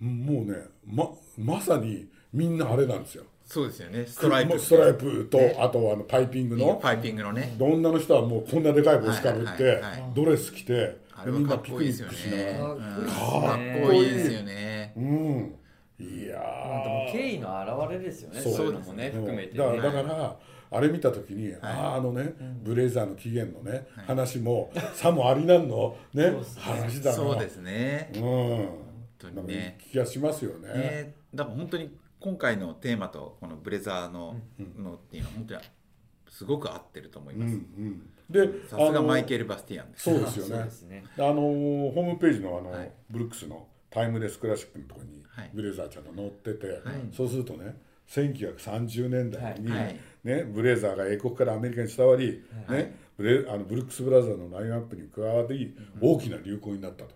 Speaker 1: もうねままさにみんなあれなんですよ
Speaker 3: そうですよねストライプ
Speaker 1: もうストライプと、あとあのパイピングの、
Speaker 3: パイピングのね
Speaker 1: で女の人はもうこんなでかい帽子かぶって、
Speaker 3: はいはいはいはい
Speaker 1: ドレス着てで
Speaker 3: あれ
Speaker 1: み
Speaker 3: は
Speaker 1: ん
Speaker 3: か
Speaker 1: な
Speaker 3: っ
Speaker 1: ピ
Speaker 3: こ
Speaker 1: ク
Speaker 3: いい
Speaker 1: ニ
Speaker 3: です
Speaker 1: ッ
Speaker 3: よ
Speaker 1: ク
Speaker 3: ね
Speaker 1: しながら、
Speaker 3: うん
Speaker 4: かっ
Speaker 3: かっ
Speaker 4: こいい
Speaker 3: こいいですよね
Speaker 1: うんいや
Speaker 4: なんかもう
Speaker 1: ー
Speaker 4: 敬意の表れですよね。
Speaker 1: そ
Speaker 4: そうういうのもね含めて、ね。
Speaker 1: だからだからあれ見た時に、あああのね、ブレザーの起源のね、話もさもありなんのね話だな
Speaker 3: そうですね
Speaker 1: うん、
Speaker 3: 当にね
Speaker 1: 気がしますよね。
Speaker 3: ねだから本当に今回のテーマとこのブレザーののっていうのは本当にすごく合ってると思いうま
Speaker 1: んう
Speaker 3: す
Speaker 1: ん、で
Speaker 3: さすがマイ
Speaker 1: ル
Speaker 3: ケル・バスティアンです
Speaker 1: そうですよ
Speaker 4: そう
Speaker 1: ね
Speaker 4: ですね。
Speaker 1: あのホームページのあの、
Speaker 3: はい
Speaker 1: ブルックスの「タイムレスクラシック」のところに
Speaker 3: はい
Speaker 1: ブレザーちゃんが載ってて、そうするとね1930年代に、
Speaker 3: はい
Speaker 1: ね、ブレザーが英国からアメリカに伝わり、ね、ブレあのブルックス・ブラザーのラインアップに加わり、大きな流行になったと、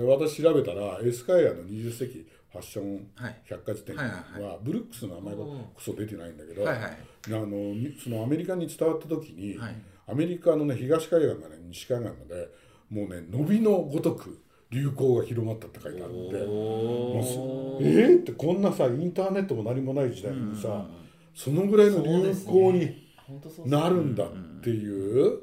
Speaker 1: で私調べたらエスカイアの20世紀ファッション
Speaker 3: はい
Speaker 1: 百科事典
Speaker 3: はいはい
Speaker 1: はブルックスの名前がこそ出てないんだけど、
Speaker 3: はいはい
Speaker 1: あのにそのアメリカに伝わった時に、
Speaker 3: はい
Speaker 1: アメリカの、ね、東海岸から西海岸までもうね伸びのごとく流行が広まったって書いてあってもうすえーってこんなさインターネットも何もない時代にさ、そのぐらいの流行に
Speaker 4: 本当そうですね。
Speaker 1: なるんだっていう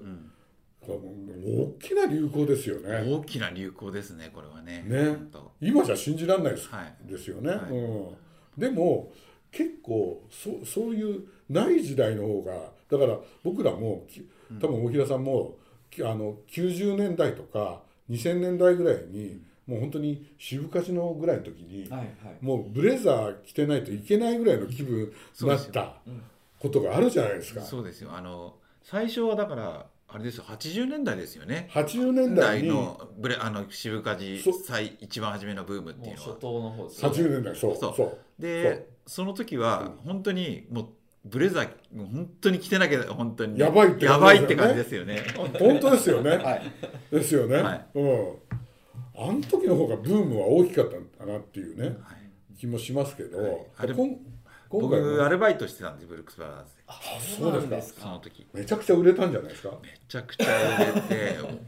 Speaker 1: こう大きな流行ですよね。
Speaker 3: 大きな流行ですねこれはね
Speaker 1: ね
Speaker 3: 本当
Speaker 1: 今じゃ信じられないです,、
Speaker 3: はい
Speaker 1: ですよね、
Speaker 3: はい
Speaker 1: うん、でも結構そそういうない時代の方がだから僕らもき多分大平さんも、きあの90年代とか2000年代ぐらいに、もう本当に渋かちのぐらいの時に、
Speaker 4: はいはい。
Speaker 1: もうブレザー着てないといけないぐらいの気分になったことがあるじゃないですか。
Speaker 3: そうですよあの最初はだからあれですよ80年代ですよね
Speaker 1: 80年代
Speaker 3: 代
Speaker 1: に
Speaker 3: のブレあの渋かじ
Speaker 1: そう
Speaker 3: 最一番初めのブームって
Speaker 4: も
Speaker 3: いううの
Speaker 4: 初
Speaker 3: は
Speaker 4: 頭の方ですね。
Speaker 1: 80年代そうそ
Speaker 3: そうう
Speaker 1: そう
Speaker 3: でその時は本当にもうブレザーもう本当に着てなきゃ本当に
Speaker 1: やばいって
Speaker 3: や
Speaker 1: 感
Speaker 3: ば
Speaker 1: じ
Speaker 3: いって感じですよね
Speaker 1: 本当ですよね、
Speaker 4: はい。
Speaker 1: ですよね、
Speaker 3: はい
Speaker 1: うんあの時の方がブームは大きかったなっていうね
Speaker 3: はい
Speaker 1: 気もしますけど、
Speaker 3: はいあれ
Speaker 1: こん今回
Speaker 3: 僕
Speaker 1: は
Speaker 3: アルバイトしてたんですブルックス・バラーズで
Speaker 1: あそうですか
Speaker 3: その時
Speaker 1: めちゃくちゃ売れたんじゃないですか
Speaker 3: めちゃくちゃ売れてもう本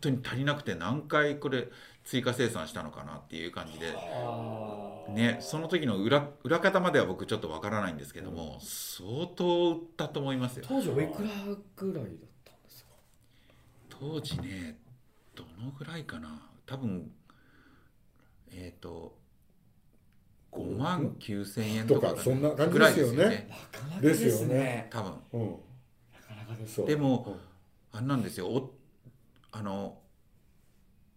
Speaker 3: 当に足りなくて何回これ追加生産したのかなっていう感じで、
Speaker 4: あ
Speaker 3: ね、その時の裏裏方までは僕ちょっとわからないんですけども、相当売ったと思いますよ
Speaker 4: ー当時おいくらぐらいだったんですか。
Speaker 3: 当時ねどのぐらいかな多分えっ、と5万9,000円とか
Speaker 1: とかそんな感じ
Speaker 3: ぐらい
Speaker 1: ですよね
Speaker 4: なかなか
Speaker 1: で
Speaker 4: です
Speaker 1: よね
Speaker 4: すね。
Speaker 3: 多分
Speaker 1: うん
Speaker 4: なかなかです。
Speaker 1: そう
Speaker 3: でもあれなんですよおあの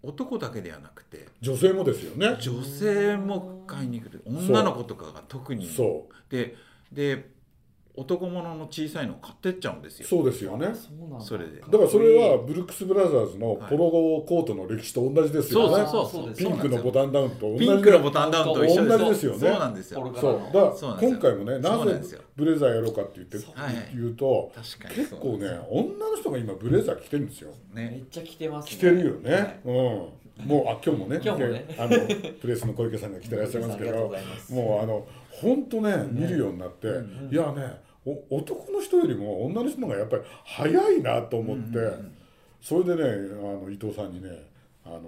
Speaker 3: 男だけではなくて
Speaker 1: 女性もですよね
Speaker 3: 女性も買いに来る女の子とかが特に
Speaker 1: そ
Speaker 3: でで男物の小さいのを買ってっちゃうんです
Speaker 1: う
Speaker 3: よ
Speaker 1: そうですよね
Speaker 4: そうなんだ。
Speaker 3: それで
Speaker 1: だからそれはブルックス・ブラザーズのポロコートの歴史と同じですよね、
Speaker 4: そうそうそう
Speaker 1: ピンクのボ
Speaker 3: タ
Speaker 1: タンダウンと同じ
Speaker 3: ピンクのボタンダウンと一緒
Speaker 1: 同じですよね
Speaker 3: そうなんですよ
Speaker 4: ポロ
Speaker 1: そうだか
Speaker 3: そうな
Speaker 1: ら
Speaker 3: んですよ
Speaker 1: 今回もねな
Speaker 3: そうなん
Speaker 1: ぜ
Speaker 3: ですよ
Speaker 1: ブレザーやろうかって言って
Speaker 4: そう
Speaker 3: はい
Speaker 1: 言うと
Speaker 3: 確かに
Speaker 1: 結構ね
Speaker 3: そう
Speaker 1: 女の人が今ブレザー着てるんですよ
Speaker 3: ね
Speaker 4: めっちゃ着てますね。
Speaker 1: 着てるよね、
Speaker 4: はい
Speaker 1: うん、もうあ今日もね
Speaker 4: 今日もね
Speaker 1: あ のプレスの小池さんが来てらっしゃいますけ
Speaker 4: ありがとう
Speaker 1: ど
Speaker 4: ございます
Speaker 1: もうあの本当ね見るようになって、いやねお男の人よりも女の人の方がやっぱり早いなと思って、それでねあの伊藤さんにねあの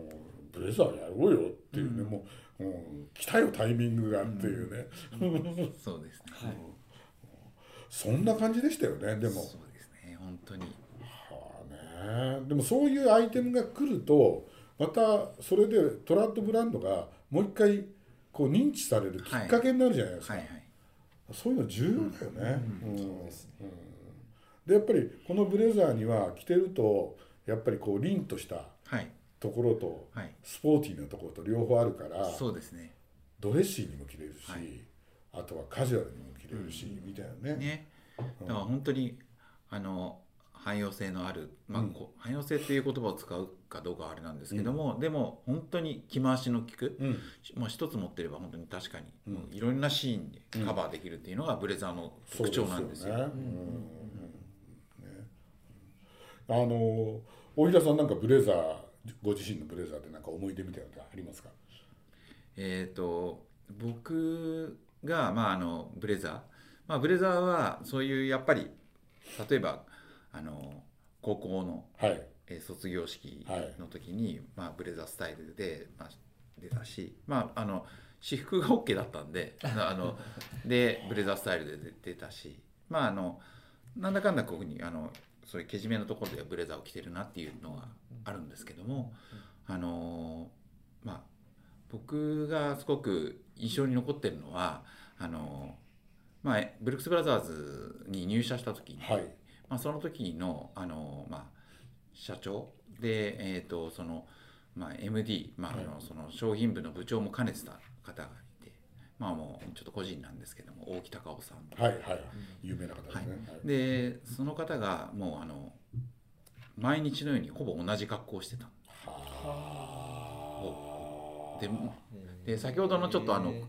Speaker 1: ブレザーやろうよっていうね、もう、うん、来たよタイミングがっていうね、
Speaker 3: そうですね、
Speaker 4: はい
Speaker 1: そんな感じでしたよねでも
Speaker 3: そうですね本当に
Speaker 1: はあねでもそういうアイテムが来るとまたそれでトラッドブランドがもう一回こう認知されるきっかけになるじゃないですか、
Speaker 3: はいはい
Speaker 1: そういうの重要だよね。うん
Speaker 2: そうですね
Speaker 1: でやっぱりこのブレザーには着てるとやっぱりこう凛とした
Speaker 3: はい
Speaker 1: ところと
Speaker 3: はい
Speaker 1: スポーティーなところと両方あるから
Speaker 3: そうですね
Speaker 1: ドレッシーにも着れるし、
Speaker 3: はい
Speaker 1: あとはカジュアルにも着れるし、みたいなね
Speaker 3: ねだから本当にあの汎用性のある、まあ
Speaker 1: うん
Speaker 3: こう汎用性っていう言葉を使うかどうかはあれなんですけども、でも本当に着回しの効く、
Speaker 1: うん
Speaker 3: まあ、一つ持ってれば本当に確かに、
Speaker 1: うん
Speaker 3: もういろんなシーンでカバーできるっていうのがブレザーの特徴なんですよ。
Speaker 1: そうねうんねあの大平さんなんかブレザーご自身のブレザーでなんか思い出みたいなのってありますか、
Speaker 3: えー、と僕が、まあ、あのブレザー、まあ、ブレザーはそういうやっぱり例えばあの高校の
Speaker 1: はい
Speaker 3: えー卒業式の時に、まあ、ブレザースタイルで、まあ、出たし、まあ、あの私服が OK だったんで あのでブレザースタイルで出たし、まあ、あのなんだかんだこういうふうにあのそういうけじめのところではブレザーを着てるなっていうのはあるんですけども、あのーまあ、僕がすごく印象に残ってるのはあのー、まあ、ブルックス・ブラザーズに入社した時に、
Speaker 1: はい
Speaker 3: まあ、その時のあの、まあ、社長で、えーとそのまあ、MD、まああのその商品部の部長も兼ねてた方がいて、まあ、もうちょっと個人なんですけども大木隆夫さんと
Speaker 1: はいはい有名な方ですね、はい
Speaker 3: でその方がもうあの毎日のようにほぼ同じ格好をしてた
Speaker 1: は
Speaker 3: でで先ほどのちょっとあの
Speaker 4: え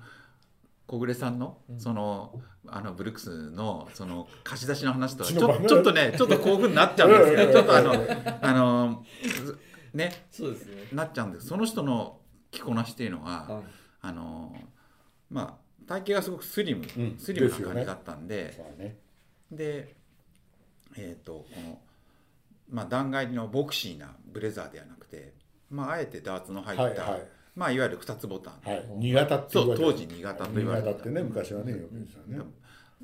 Speaker 3: 小暮さんのそのあのブルックスのその貸し出しの話とは
Speaker 1: 血
Speaker 3: ち
Speaker 1: の
Speaker 3: ょ
Speaker 1: 番
Speaker 3: ちょっとねちょっと興奮になっちゃうんですけどちょっとあのあのね
Speaker 4: ーそうですね
Speaker 3: なっちゃうんですその人の着こなしっていうのは、
Speaker 4: はい
Speaker 3: あのまあ体型がすごくスリム、
Speaker 1: うん
Speaker 3: スリムな
Speaker 1: ですよ
Speaker 3: 感
Speaker 1: ね
Speaker 3: じだったん
Speaker 1: い
Speaker 3: で
Speaker 1: そうだね
Speaker 3: でえっ、とこの、まあ、断崖のボクシーなブレザーではなくて、まあ、あえてダーツの入った、
Speaker 1: はいはい
Speaker 3: まあ、いわゆる2つボタン、
Speaker 1: はい新潟って
Speaker 3: そう
Speaker 1: 言わ
Speaker 3: 当
Speaker 1: れて
Speaker 3: 時
Speaker 1: る
Speaker 3: 新潟と言われ
Speaker 1: 新
Speaker 3: て
Speaker 1: 潟ってね昔はねよく言ってたね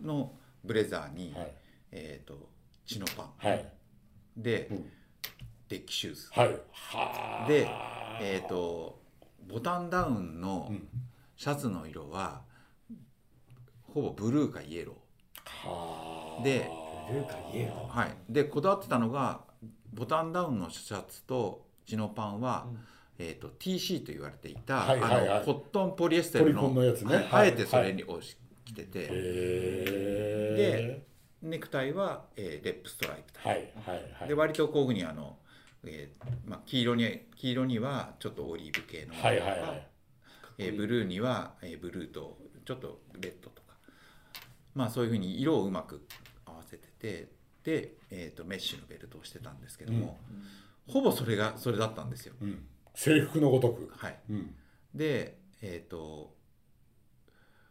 Speaker 3: のブレザーに、
Speaker 1: はい
Speaker 3: えっ、とチノパン
Speaker 1: はい
Speaker 3: で、
Speaker 1: うん
Speaker 3: デッキシューズ
Speaker 1: はいはあ
Speaker 3: でえっ、とボタンダウンの
Speaker 1: うん
Speaker 3: シャツの色は、ほぼブルーかイエロ
Speaker 1: はあ
Speaker 3: で
Speaker 4: ルーカイエロ
Speaker 3: ー、はい、でこだわってたのがボタンダウンのシャツとチノパンは、えー、と TC と言われていた、
Speaker 1: はいはいはい
Speaker 3: あのコットンポリエステルの
Speaker 1: ポリコンのやつね
Speaker 3: は
Speaker 1: は
Speaker 3: い
Speaker 1: い
Speaker 3: あえてそれにをし着てて、
Speaker 1: へえ
Speaker 3: でネクタイは、えーレップストライプ
Speaker 1: はいはいはい
Speaker 3: で割とこういうふうにあの、えーまあ、黄色に黄色にはちょっとオリーブ系の、
Speaker 1: はいはいはい
Speaker 3: えーブルーには、えーブルーとちょっとレッドとかまあそういうふうに色をうまく合わせててで、えー、とメッシュのベルトをしてたんですけども、ほぼそれがそれだったんですよ。
Speaker 1: うん制服のごとく
Speaker 3: はい、
Speaker 1: うん
Speaker 3: でえっ、と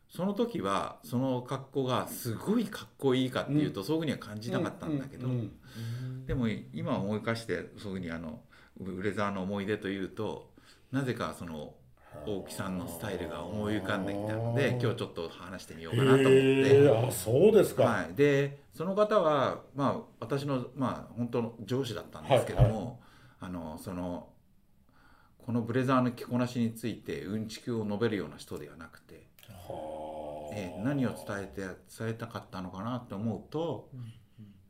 Speaker 3: その時はその格好がすごいかっこいいかっていうと、そういうふうには感じなかったんだけど、
Speaker 1: ううん
Speaker 3: でも今思い返してそういうふうにあのブレザーの思い出というとなぜかその大木さんのスタイルが思い浮かんできたの
Speaker 1: あ
Speaker 3: で
Speaker 1: ー
Speaker 3: 今日ちょっと話してみよう
Speaker 1: へ
Speaker 3: かなと思って、
Speaker 1: えあそうですか
Speaker 3: はい、でその方は、まあ、私の、まあ、本当の上司だったんですけども、
Speaker 1: は
Speaker 3: あのそのこのブレザーの着こなしについてうんちくを述べるような人ではなくて、
Speaker 1: はあ
Speaker 3: えー何を伝えて伝えたかったのかなと思うと、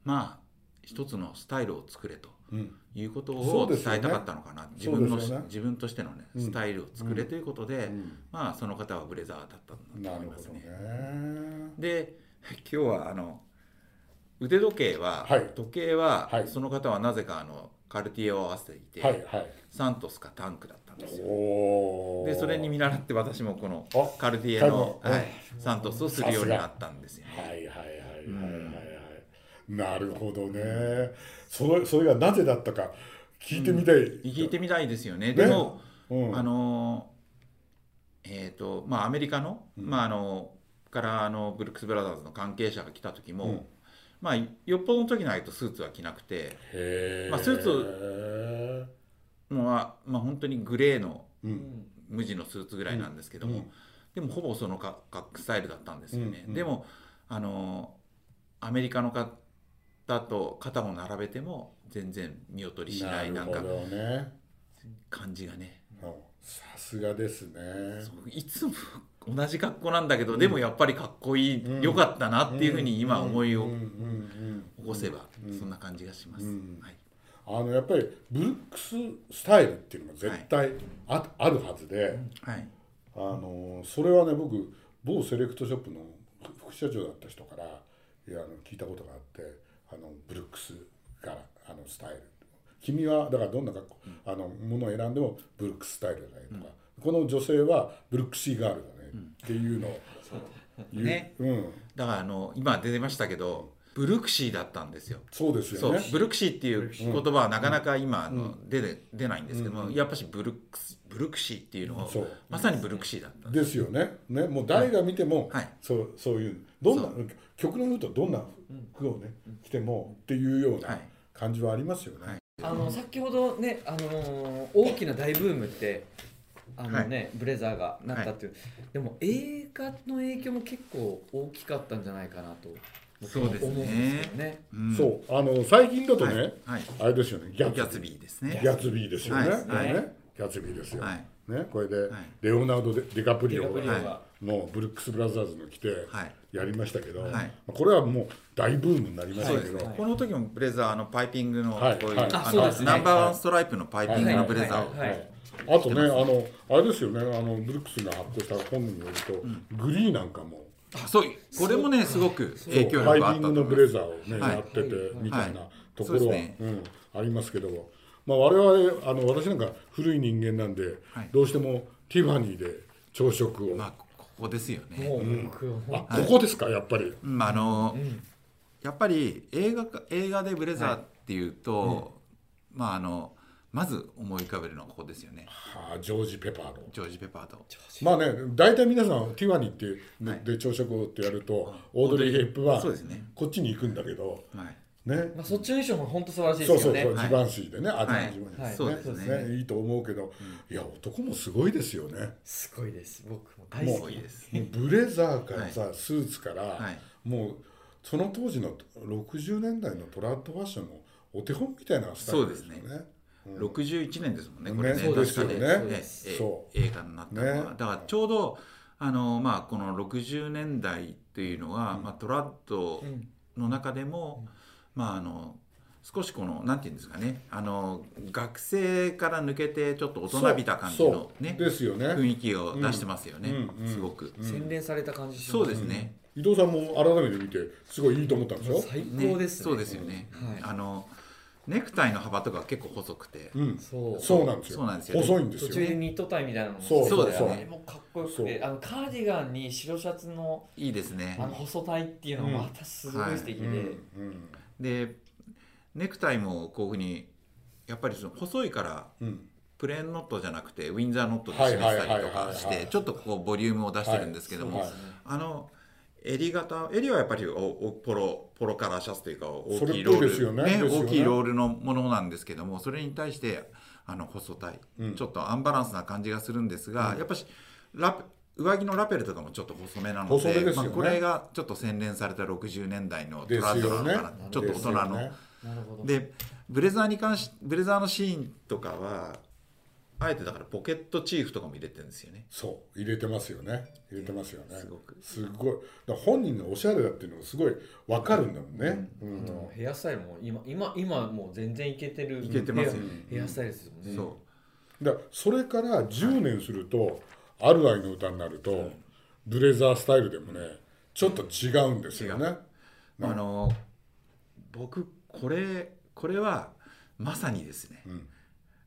Speaker 3: まあ一つのスタイルを作れと。
Speaker 1: うん
Speaker 3: いうこと
Speaker 1: そ
Speaker 3: を
Speaker 1: うですよ
Speaker 3: 伝
Speaker 1: ね
Speaker 3: えたかったのかな、自
Speaker 1: そうで
Speaker 3: 分
Speaker 1: すよね
Speaker 3: の、自分としてのね
Speaker 1: ん
Speaker 3: スタイルを作れということで、
Speaker 1: ん
Speaker 3: まあその方はブレザーだったんだと
Speaker 1: な
Speaker 3: 思い
Speaker 1: るほ
Speaker 3: ます
Speaker 1: ど
Speaker 3: ね。
Speaker 1: ね
Speaker 3: で今日はあの腕時計は、
Speaker 1: はい
Speaker 3: 時計は、
Speaker 1: はい
Speaker 3: その方はなぜかあのカルティエを合わせていて、
Speaker 1: はいはい
Speaker 3: サントスかタンクだったんですよ。
Speaker 1: おお
Speaker 3: でそれに見習って私もこの
Speaker 1: あ
Speaker 3: カルティエの、
Speaker 1: カルティエ
Speaker 3: はい、サントスをするようになったんですよ
Speaker 1: はい
Speaker 3: ね。
Speaker 1: はいはいはいはいはいなるほどねそれそれがなぜだったか聞いてみたい、
Speaker 3: 聞いてみたいですよね。
Speaker 1: ね
Speaker 3: でも、
Speaker 1: うん
Speaker 3: あのえっ、とまあアメリカの、まああのからあのブルックス・ブラザーズの関係者が来た時も、
Speaker 1: うん
Speaker 3: まあよっぽどの時ないとスーツは着なくて
Speaker 1: へえ
Speaker 3: まあスーツ
Speaker 1: へ
Speaker 3: もうあまあ本当にグレーの
Speaker 1: う
Speaker 4: うんん
Speaker 3: 無地のスーツぐらいなんですけど
Speaker 1: う
Speaker 3: も、
Speaker 1: ん
Speaker 3: でもほぼその格格スタイルだったんですよ
Speaker 1: う
Speaker 3: ね、
Speaker 1: んうん
Speaker 3: でもあのアメリカの方と肩を並べても全然見劣りし
Speaker 1: な
Speaker 3: ない
Speaker 1: る
Speaker 3: なん
Speaker 1: ほ
Speaker 3: か
Speaker 1: どね
Speaker 3: 感じがね
Speaker 1: うんさすがですね
Speaker 3: そういつも同じ格好なんだけど、でもやっぱりかっこいい
Speaker 1: うん
Speaker 3: 良、かったなっていうふうに今思い
Speaker 1: うんう
Speaker 3: を
Speaker 1: んうん
Speaker 3: 起こせば、
Speaker 1: うん
Speaker 3: そんな感じがします、
Speaker 1: うん
Speaker 3: はい
Speaker 1: あのやっぱりブルックススタイルっていうのが絶対あ,、あるはずで、
Speaker 3: はい
Speaker 1: あのそれはね僕某セレクトショップの副社長だった人からいやあの聞いたことがあってあのブルックスからあのスタイル君はだからどんな格好、あのものを選んでもブルックススタイルだねとか、この女性はブルックシーガールだねっていうのを言う、
Speaker 3: ね
Speaker 1: うん、
Speaker 3: だからあの今出てましたけどブルクシーだったんですよ
Speaker 1: そうです
Speaker 3: そ
Speaker 1: よ
Speaker 3: う
Speaker 1: ね。
Speaker 3: ブルクシーっていう言葉はなかなか今、あの出て出ないんですけども、やっぱしブルックスブルクシーっていうのを
Speaker 1: そう
Speaker 3: まさにブルクシーだったんです
Speaker 1: ですよねねもう誰が見ても、
Speaker 3: はい
Speaker 1: そうそういうどんな曲の言うとどんな服をね、着てもっていうよう
Speaker 3: は
Speaker 1: ない感じはありますよね。
Speaker 3: はい
Speaker 4: あの先ほどね、あのー大きな大ブームってあのね、ブレザーがなったっていう、でも映画の影響も結構大きかったんじゃないかなと僕
Speaker 3: そう
Speaker 4: も
Speaker 3: ですね
Speaker 4: 思うんですけどね。
Speaker 3: うん
Speaker 1: そうあの最近だとね、
Speaker 3: はい、
Speaker 1: あれですよねギ
Speaker 3: ギ
Speaker 1: ャ
Speaker 3: ャ
Speaker 1: ツ
Speaker 3: ツ
Speaker 1: ビ
Speaker 3: ビーですね
Speaker 1: ーギャツビーですよね,、
Speaker 3: はい
Speaker 1: これ
Speaker 4: は
Speaker 1: ねギャツビーですよ、
Speaker 3: はい
Speaker 1: ねこれで、
Speaker 3: い
Speaker 1: レオナルドデ・デカプリオ
Speaker 4: デカプリオ
Speaker 1: が、
Speaker 4: が
Speaker 1: はいもうブルックス・ブラザーズの来て
Speaker 3: はい
Speaker 1: やりましたけど、
Speaker 3: はい
Speaker 1: まあこれはもう大ブームになりまし
Speaker 3: そう
Speaker 1: た
Speaker 3: で
Speaker 1: け
Speaker 3: す
Speaker 1: ど、
Speaker 3: ね、この時もブレザーのパイピングのこうい
Speaker 1: はい
Speaker 3: う,、
Speaker 1: はい
Speaker 3: あ
Speaker 4: あ
Speaker 3: の
Speaker 4: そうですね
Speaker 3: ナンバーワンストライプのパイピングのブレザーを、
Speaker 4: はいはい
Speaker 1: あとねあのあれですよねあのブルックスが発表した本によると、グリーなんかも
Speaker 3: あそうこれもねすごく影響
Speaker 1: ハ
Speaker 3: 力
Speaker 1: イビ
Speaker 3: があった
Speaker 1: ン
Speaker 3: と
Speaker 1: グのブ
Speaker 3: 思いま
Speaker 1: レ
Speaker 3: す
Speaker 1: ザーをね、
Speaker 3: はい
Speaker 1: やっててみたいなところは、
Speaker 3: そうですね
Speaker 1: うん、ありますけども、まあ、我々あの私なんか古い人間なんで、
Speaker 3: はい
Speaker 1: どうしてもティファニーで朝食を、
Speaker 3: まあここですよね、
Speaker 4: もう僕は
Speaker 1: あここですかやっぱり、
Speaker 3: うんあの、やっぱり映画か映画でブレザーっていうと、まああのまず思い浮かべるのはここですよね
Speaker 1: はあ、ジョージ・ペパーの。
Speaker 3: ジョージ・ペパーと
Speaker 1: まあね大体皆さんティファニーってで,、で朝食をってやるとオードリー・ヘップは
Speaker 3: そうですね
Speaker 1: こっちに行くんだけど
Speaker 3: はい
Speaker 1: ね
Speaker 4: まあ、そっちの衣装も本当素晴らしい
Speaker 1: そ
Speaker 4: で
Speaker 1: う
Speaker 4: す
Speaker 1: そ
Speaker 4: よ
Speaker 1: う
Speaker 4: ね。
Speaker 1: そう、
Speaker 3: はい
Speaker 1: ジバンシーでね、あ
Speaker 3: はい
Speaker 1: ジバンシー
Speaker 4: はい
Speaker 1: ですね,、
Speaker 3: そうですね
Speaker 1: いいと思うけど、いや男もすごいですよ ね。
Speaker 4: すごいです。僕も大
Speaker 1: も
Speaker 4: 好
Speaker 1: う
Speaker 4: きです。
Speaker 1: もうブレザーからさ、スーツから、
Speaker 3: はい
Speaker 1: もうその当時の60年代のトラッドファッションのお手本みたいなスタイルですよね。
Speaker 3: そうです61年ですもんねこれね
Speaker 1: ね
Speaker 3: 確
Speaker 1: ですよね
Speaker 3: ええ
Speaker 1: そ
Speaker 3: 映画になったのは、
Speaker 1: ね
Speaker 3: だからちょうどあの、まあ、この60年代っていうのは、まあ、トラッドの中でも、まああの少しこのなんていうんですかねあの学生から抜けてちょっと大人びた感じの
Speaker 1: そう
Speaker 3: ね
Speaker 1: ですよね
Speaker 3: 雰囲気を出してますよね、
Speaker 1: うんうん
Speaker 3: すごく、
Speaker 4: 洗練された感じします
Speaker 3: そうですね、
Speaker 1: 伊藤さんも改めて見てすごいいいと思ったんでしょ。
Speaker 4: 最
Speaker 3: ね
Speaker 4: 高ですね。
Speaker 3: そうですよね、
Speaker 4: はい
Speaker 3: あのネクタイの幅とか結構細くて、
Speaker 1: うん、
Speaker 4: そう
Speaker 1: そうなんですよ。
Speaker 3: そうなんですよね
Speaker 1: 細いんです
Speaker 4: 途
Speaker 1: よ。
Speaker 4: 中でニットタイみたいなのも
Speaker 1: そう
Speaker 3: そうですね
Speaker 4: あれもかっこよくて
Speaker 1: そ
Speaker 4: あのカーディガンに白シャツの
Speaker 3: いいですね
Speaker 4: あの細タイっていうのもまたすごい素敵で、
Speaker 1: うんうん
Speaker 3: でネクタイもこういうふうにやっぱりその細いから
Speaker 1: うん
Speaker 3: プレーンノットじゃなくてウィンザーノットで示したりと
Speaker 1: はいはいはいはいは
Speaker 3: か
Speaker 1: い
Speaker 3: してちょっとこうボリュームを出してるんですけども、
Speaker 1: はいそう
Speaker 3: あの襟型襟はやっぱりおおポロポロカラーシャツというか大きい
Speaker 1: それ
Speaker 3: ロ
Speaker 1: っぽいです
Speaker 3: ー
Speaker 1: よね
Speaker 3: ル、ね
Speaker 1: ですよね
Speaker 3: 大きいロールのものなんですけどもそれに対してあの細タイ、
Speaker 1: うん
Speaker 3: ちょっとアンバランスな感じがするんですが、やっぱしラペ上着のラペルとかもちょっと細めなの
Speaker 1: 細め
Speaker 3: で
Speaker 1: ですよ
Speaker 3: まあ、
Speaker 1: ね
Speaker 3: これがちょっと洗練された60年代のトラッドなのかな、
Speaker 1: ですよね
Speaker 3: ちょっと大人の。
Speaker 1: ですよね
Speaker 4: なるほど
Speaker 3: でブレザーに関しブレザーのシーンとかはあえてだからポケットチーフとかも入れてるんですよね
Speaker 1: そう入れてますよね入れてますよね
Speaker 3: すごく
Speaker 1: すごいだから本人がおしゃれだっていうのがすごいわかるんだもんね、うん
Speaker 4: あのヘアスタイルも今今今もう全然いけてる
Speaker 3: イケてますよね
Speaker 4: ヘアヘアスタイルですもんね
Speaker 3: そ
Speaker 1: だからそれから10年すると、ある愛の歌になると、ブレザースタイルでもねちょっと違うんですよね
Speaker 3: うあの僕これこれはまさにですね、
Speaker 1: ん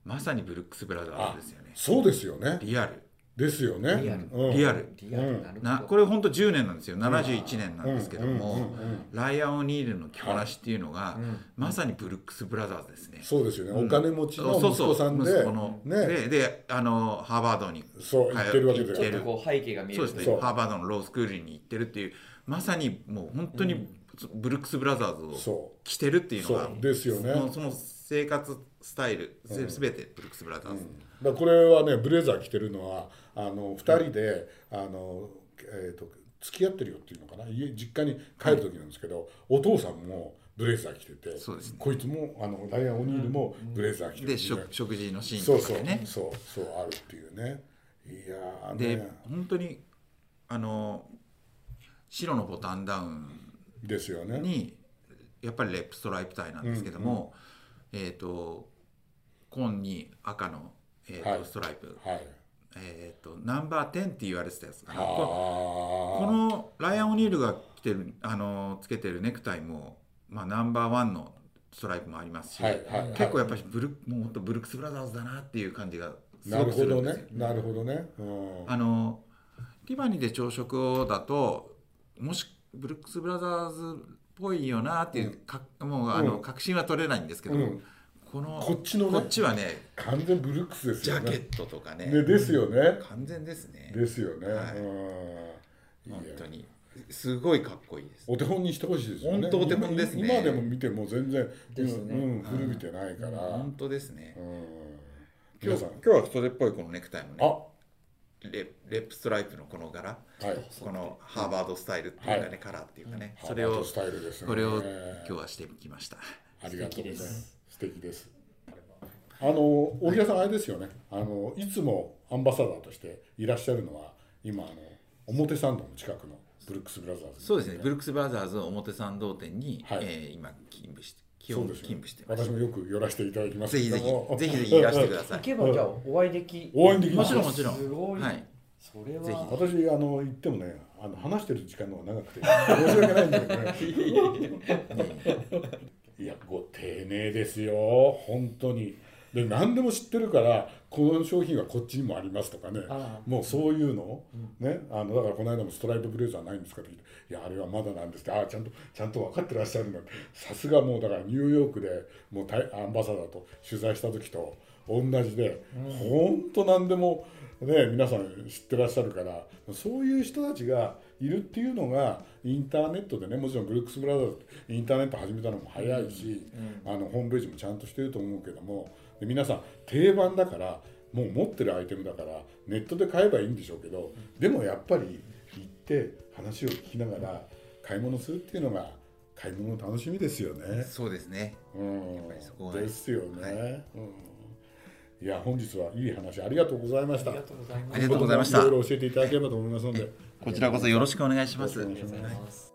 Speaker 3: まさにブルックス・ブラザーズですよね
Speaker 1: そうですよね
Speaker 3: リアル
Speaker 1: ですよね
Speaker 4: リアル
Speaker 1: うん
Speaker 3: リアル
Speaker 4: リアルになる
Speaker 3: な
Speaker 4: ほ
Speaker 3: これ本当10年なんですよ71年なんですけども、
Speaker 1: うんうんうんうん
Speaker 3: ライアン・オニールの着こなしっていうのが、
Speaker 4: ん
Speaker 3: まさにブルックス・ブラザーズですね
Speaker 1: そうですよね、お金持ちの
Speaker 3: そう
Speaker 1: 息
Speaker 3: そう
Speaker 1: 子さんで
Speaker 3: 息子の
Speaker 1: ね
Speaker 3: でであのハーバードに
Speaker 1: そう行ってるわけ
Speaker 3: 通
Speaker 1: で
Speaker 3: っ
Speaker 1: す
Speaker 4: ちょ
Speaker 3: て
Speaker 4: っと
Speaker 3: る
Speaker 4: こう背景が見え
Speaker 3: そう
Speaker 4: る
Speaker 3: ですね
Speaker 1: そう
Speaker 3: ハーバードのロースクールに行ってるっていうまさにもう本当にブルックス・ブラザーズを
Speaker 1: そ
Speaker 3: 着てるって
Speaker 1: う
Speaker 3: いうの
Speaker 1: そ
Speaker 3: が
Speaker 1: うですよね
Speaker 3: もうその生活スタイルすべてブルックス・ブラザーズ、
Speaker 1: だからこれはねブレザー着てるのはあの2人で、あの、えー、と付き合ってるよっていうのかな家実家に帰る時なんですけど、お父さんもブレザー着てて
Speaker 3: そうですね
Speaker 1: こいつもあのライアン・オニールもブレザー着て
Speaker 3: で
Speaker 1: て
Speaker 3: 食食事のシー
Speaker 1: そ
Speaker 3: ン
Speaker 1: う
Speaker 3: とか
Speaker 1: そう
Speaker 3: でね
Speaker 1: そうそうあるっていうねいやー
Speaker 3: で、
Speaker 1: ね
Speaker 3: 本当にあの白のボタンダウン
Speaker 1: ですよね
Speaker 3: にやっぱりレップストライプ隊なんですけども、えっ、と紺に赤の、えーと
Speaker 1: はい
Speaker 3: ストライプ、
Speaker 1: はい
Speaker 3: えっ、とナンバー10って言われてたやつか
Speaker 1: あ
Speaker 3: なここ
Speaker 1: の
Speaker 3: のライアン・オニールが着てるあのつけてるネクタイも、まあ、ナンバーワンのストライプもありますし、
Speaker 1: はいはいはい
Speaker 3: 結構やっぱりブルもう本当ブルックス・ブラザーズだなっていう感じがす
Speaker 1: な
Speaker 3: ご
Speaker 1: る
Speaker 3: く
Speaker 1: ほ
Speaker 3: する
Speaker 1: ど
Speaker 3: んですよ。
Speaker 1: ねなるほどね、うん、
Speaker 3: あのティバニーで朝食をだともしブルックス・ブラザーズっぽいよなっていうか、もうあの、
Speaker 1: うん
Speaker 3: 確信は取れないんですけど、
Speaker 1: うん
Speaker 3: この
Speaker 1: こっちのね
Speaker 3: こっちはね
Speaker 1: 完全ブルックスです
Speaker 3: ジ
Speaker 1: よ
Speaker 3: ャケ
Speaker 1: ね
Speaker 3: ットとかね
Speaker 1: ねですよね、
Speaker 3: 完全ですね
Speaker 1: ですよね、
Speaker 3: はい
Speaker 1: うんい
Speaker 3: 本
Speaker 1: や
Speaker 3: 当にすごいかっこいいです
Speaker 1: お手本にしてほしいですよね
Speaker 3: 本当お手本ですね
Speaker 1: 今今でも見ても全然
Speaker 4: ですね
Speaker 1: うん、古びてないから、
Speaker 3: 本当ですね
Speaker 1: うん皆
Speaker 3: 今日
Speaker 1: さん
Speaker 3: 今日はそれっぽいこのネクタイも
Speaker 1: あ
Speaker 3: ね
Speaker 1: は
Speaker 3: レレップストライプのこの柄
Speaker 1: い
Speaker 3: このハーバードスタイルっていうかね、カラーっていうかね、それ
Speaker 1: ハーバー
Speaker 3: を
Speaker 1: ドスタイルですね
Speaker 3: これを今日はしてきました。
Speaker 1: ありがとうございます。素敵です。あの大平さんあれですよね。あのいつもアンバサダーとしていらっしゃるのは今あの表参道の近くのブルックスブラザーズ。
Speaker 3: そうですね、ブルックス・ブラザーズの表参道店に、
Speaker 1: はい
Speaker 3: えー今勤務して、基
Speaker 1: そう
Speaker 3: 本
Speaker 1: で
Speaker 3: 勤
Speaker 1: すよ
Speaker 3: 務してます。
Speaker 1: 私もよく寄らせていただきます
Speaker 3: ぜひ
Speaker 1: けど
Speaker 3: ぜ
Speaker 1: も。
Speaker 3: ひ、ぜひぜひいらしてくださ
Speaker 4: 行
Speaker 3: い。
Speaker 4: けばじゃあお会いでき
Speaker 1: 応援できま
Speaker 3: も
Speaker 1: す
Speaker 3: ちろんもちろん。
Speaker 4: すごい
Speaker 3: はい。
Speaker 4: それは
Speaker 3: ぜひ
Speaker 1: 私あの行ってもねあの話してる時間の方が長くて申し訳ないんだけ どねいやご丁寧ですよ本当にで何でも知ってるからこの商品はこっちにもありますとかね
Speaker 4: あ
Speaker 1: もうそういうの、ねあのだからこの間もストライプブレザーないんですかって聞いて「いやあれはまだなんです」って「ああちゃんとちゃんと分かってらっしゃるんだ」さすがもうだからニューヨークでもうたアンバサダーと取材した時と同じで、ほんと何でも、ね、皆さん知ってらっしゃるからそういう人たちがいるっていうのがインターネットでねもちろんブルックス・ブラザーズってインターネット始めたのも早いし、あのホームページもちゃんとしてると思うけどもで皆さん定番だからもう持ってるアイテムだからネットで買えばいいんでしょうけどでもやっぱり行って話を聞きながら買い物するっていうのが買い物の楽しみですよね。
Speaker 3: そうですね。
Speaker 1: うん
Speaker 3: ぱりそこは
Speaker 1: ですよね。
Speaker 3: はい
Speaker 1: うん、いや本日はいい話ありがとうございました。
Speaker 4: りがとうございます
Speaker 3: ありがとうございました
Speaker 1: いろいろ教えていただければと思いますので。
Speaker 3: こちらこそよろしくお願いします。
Speaker 1: よろしくお願いします
Speaker 4: ありがとうございます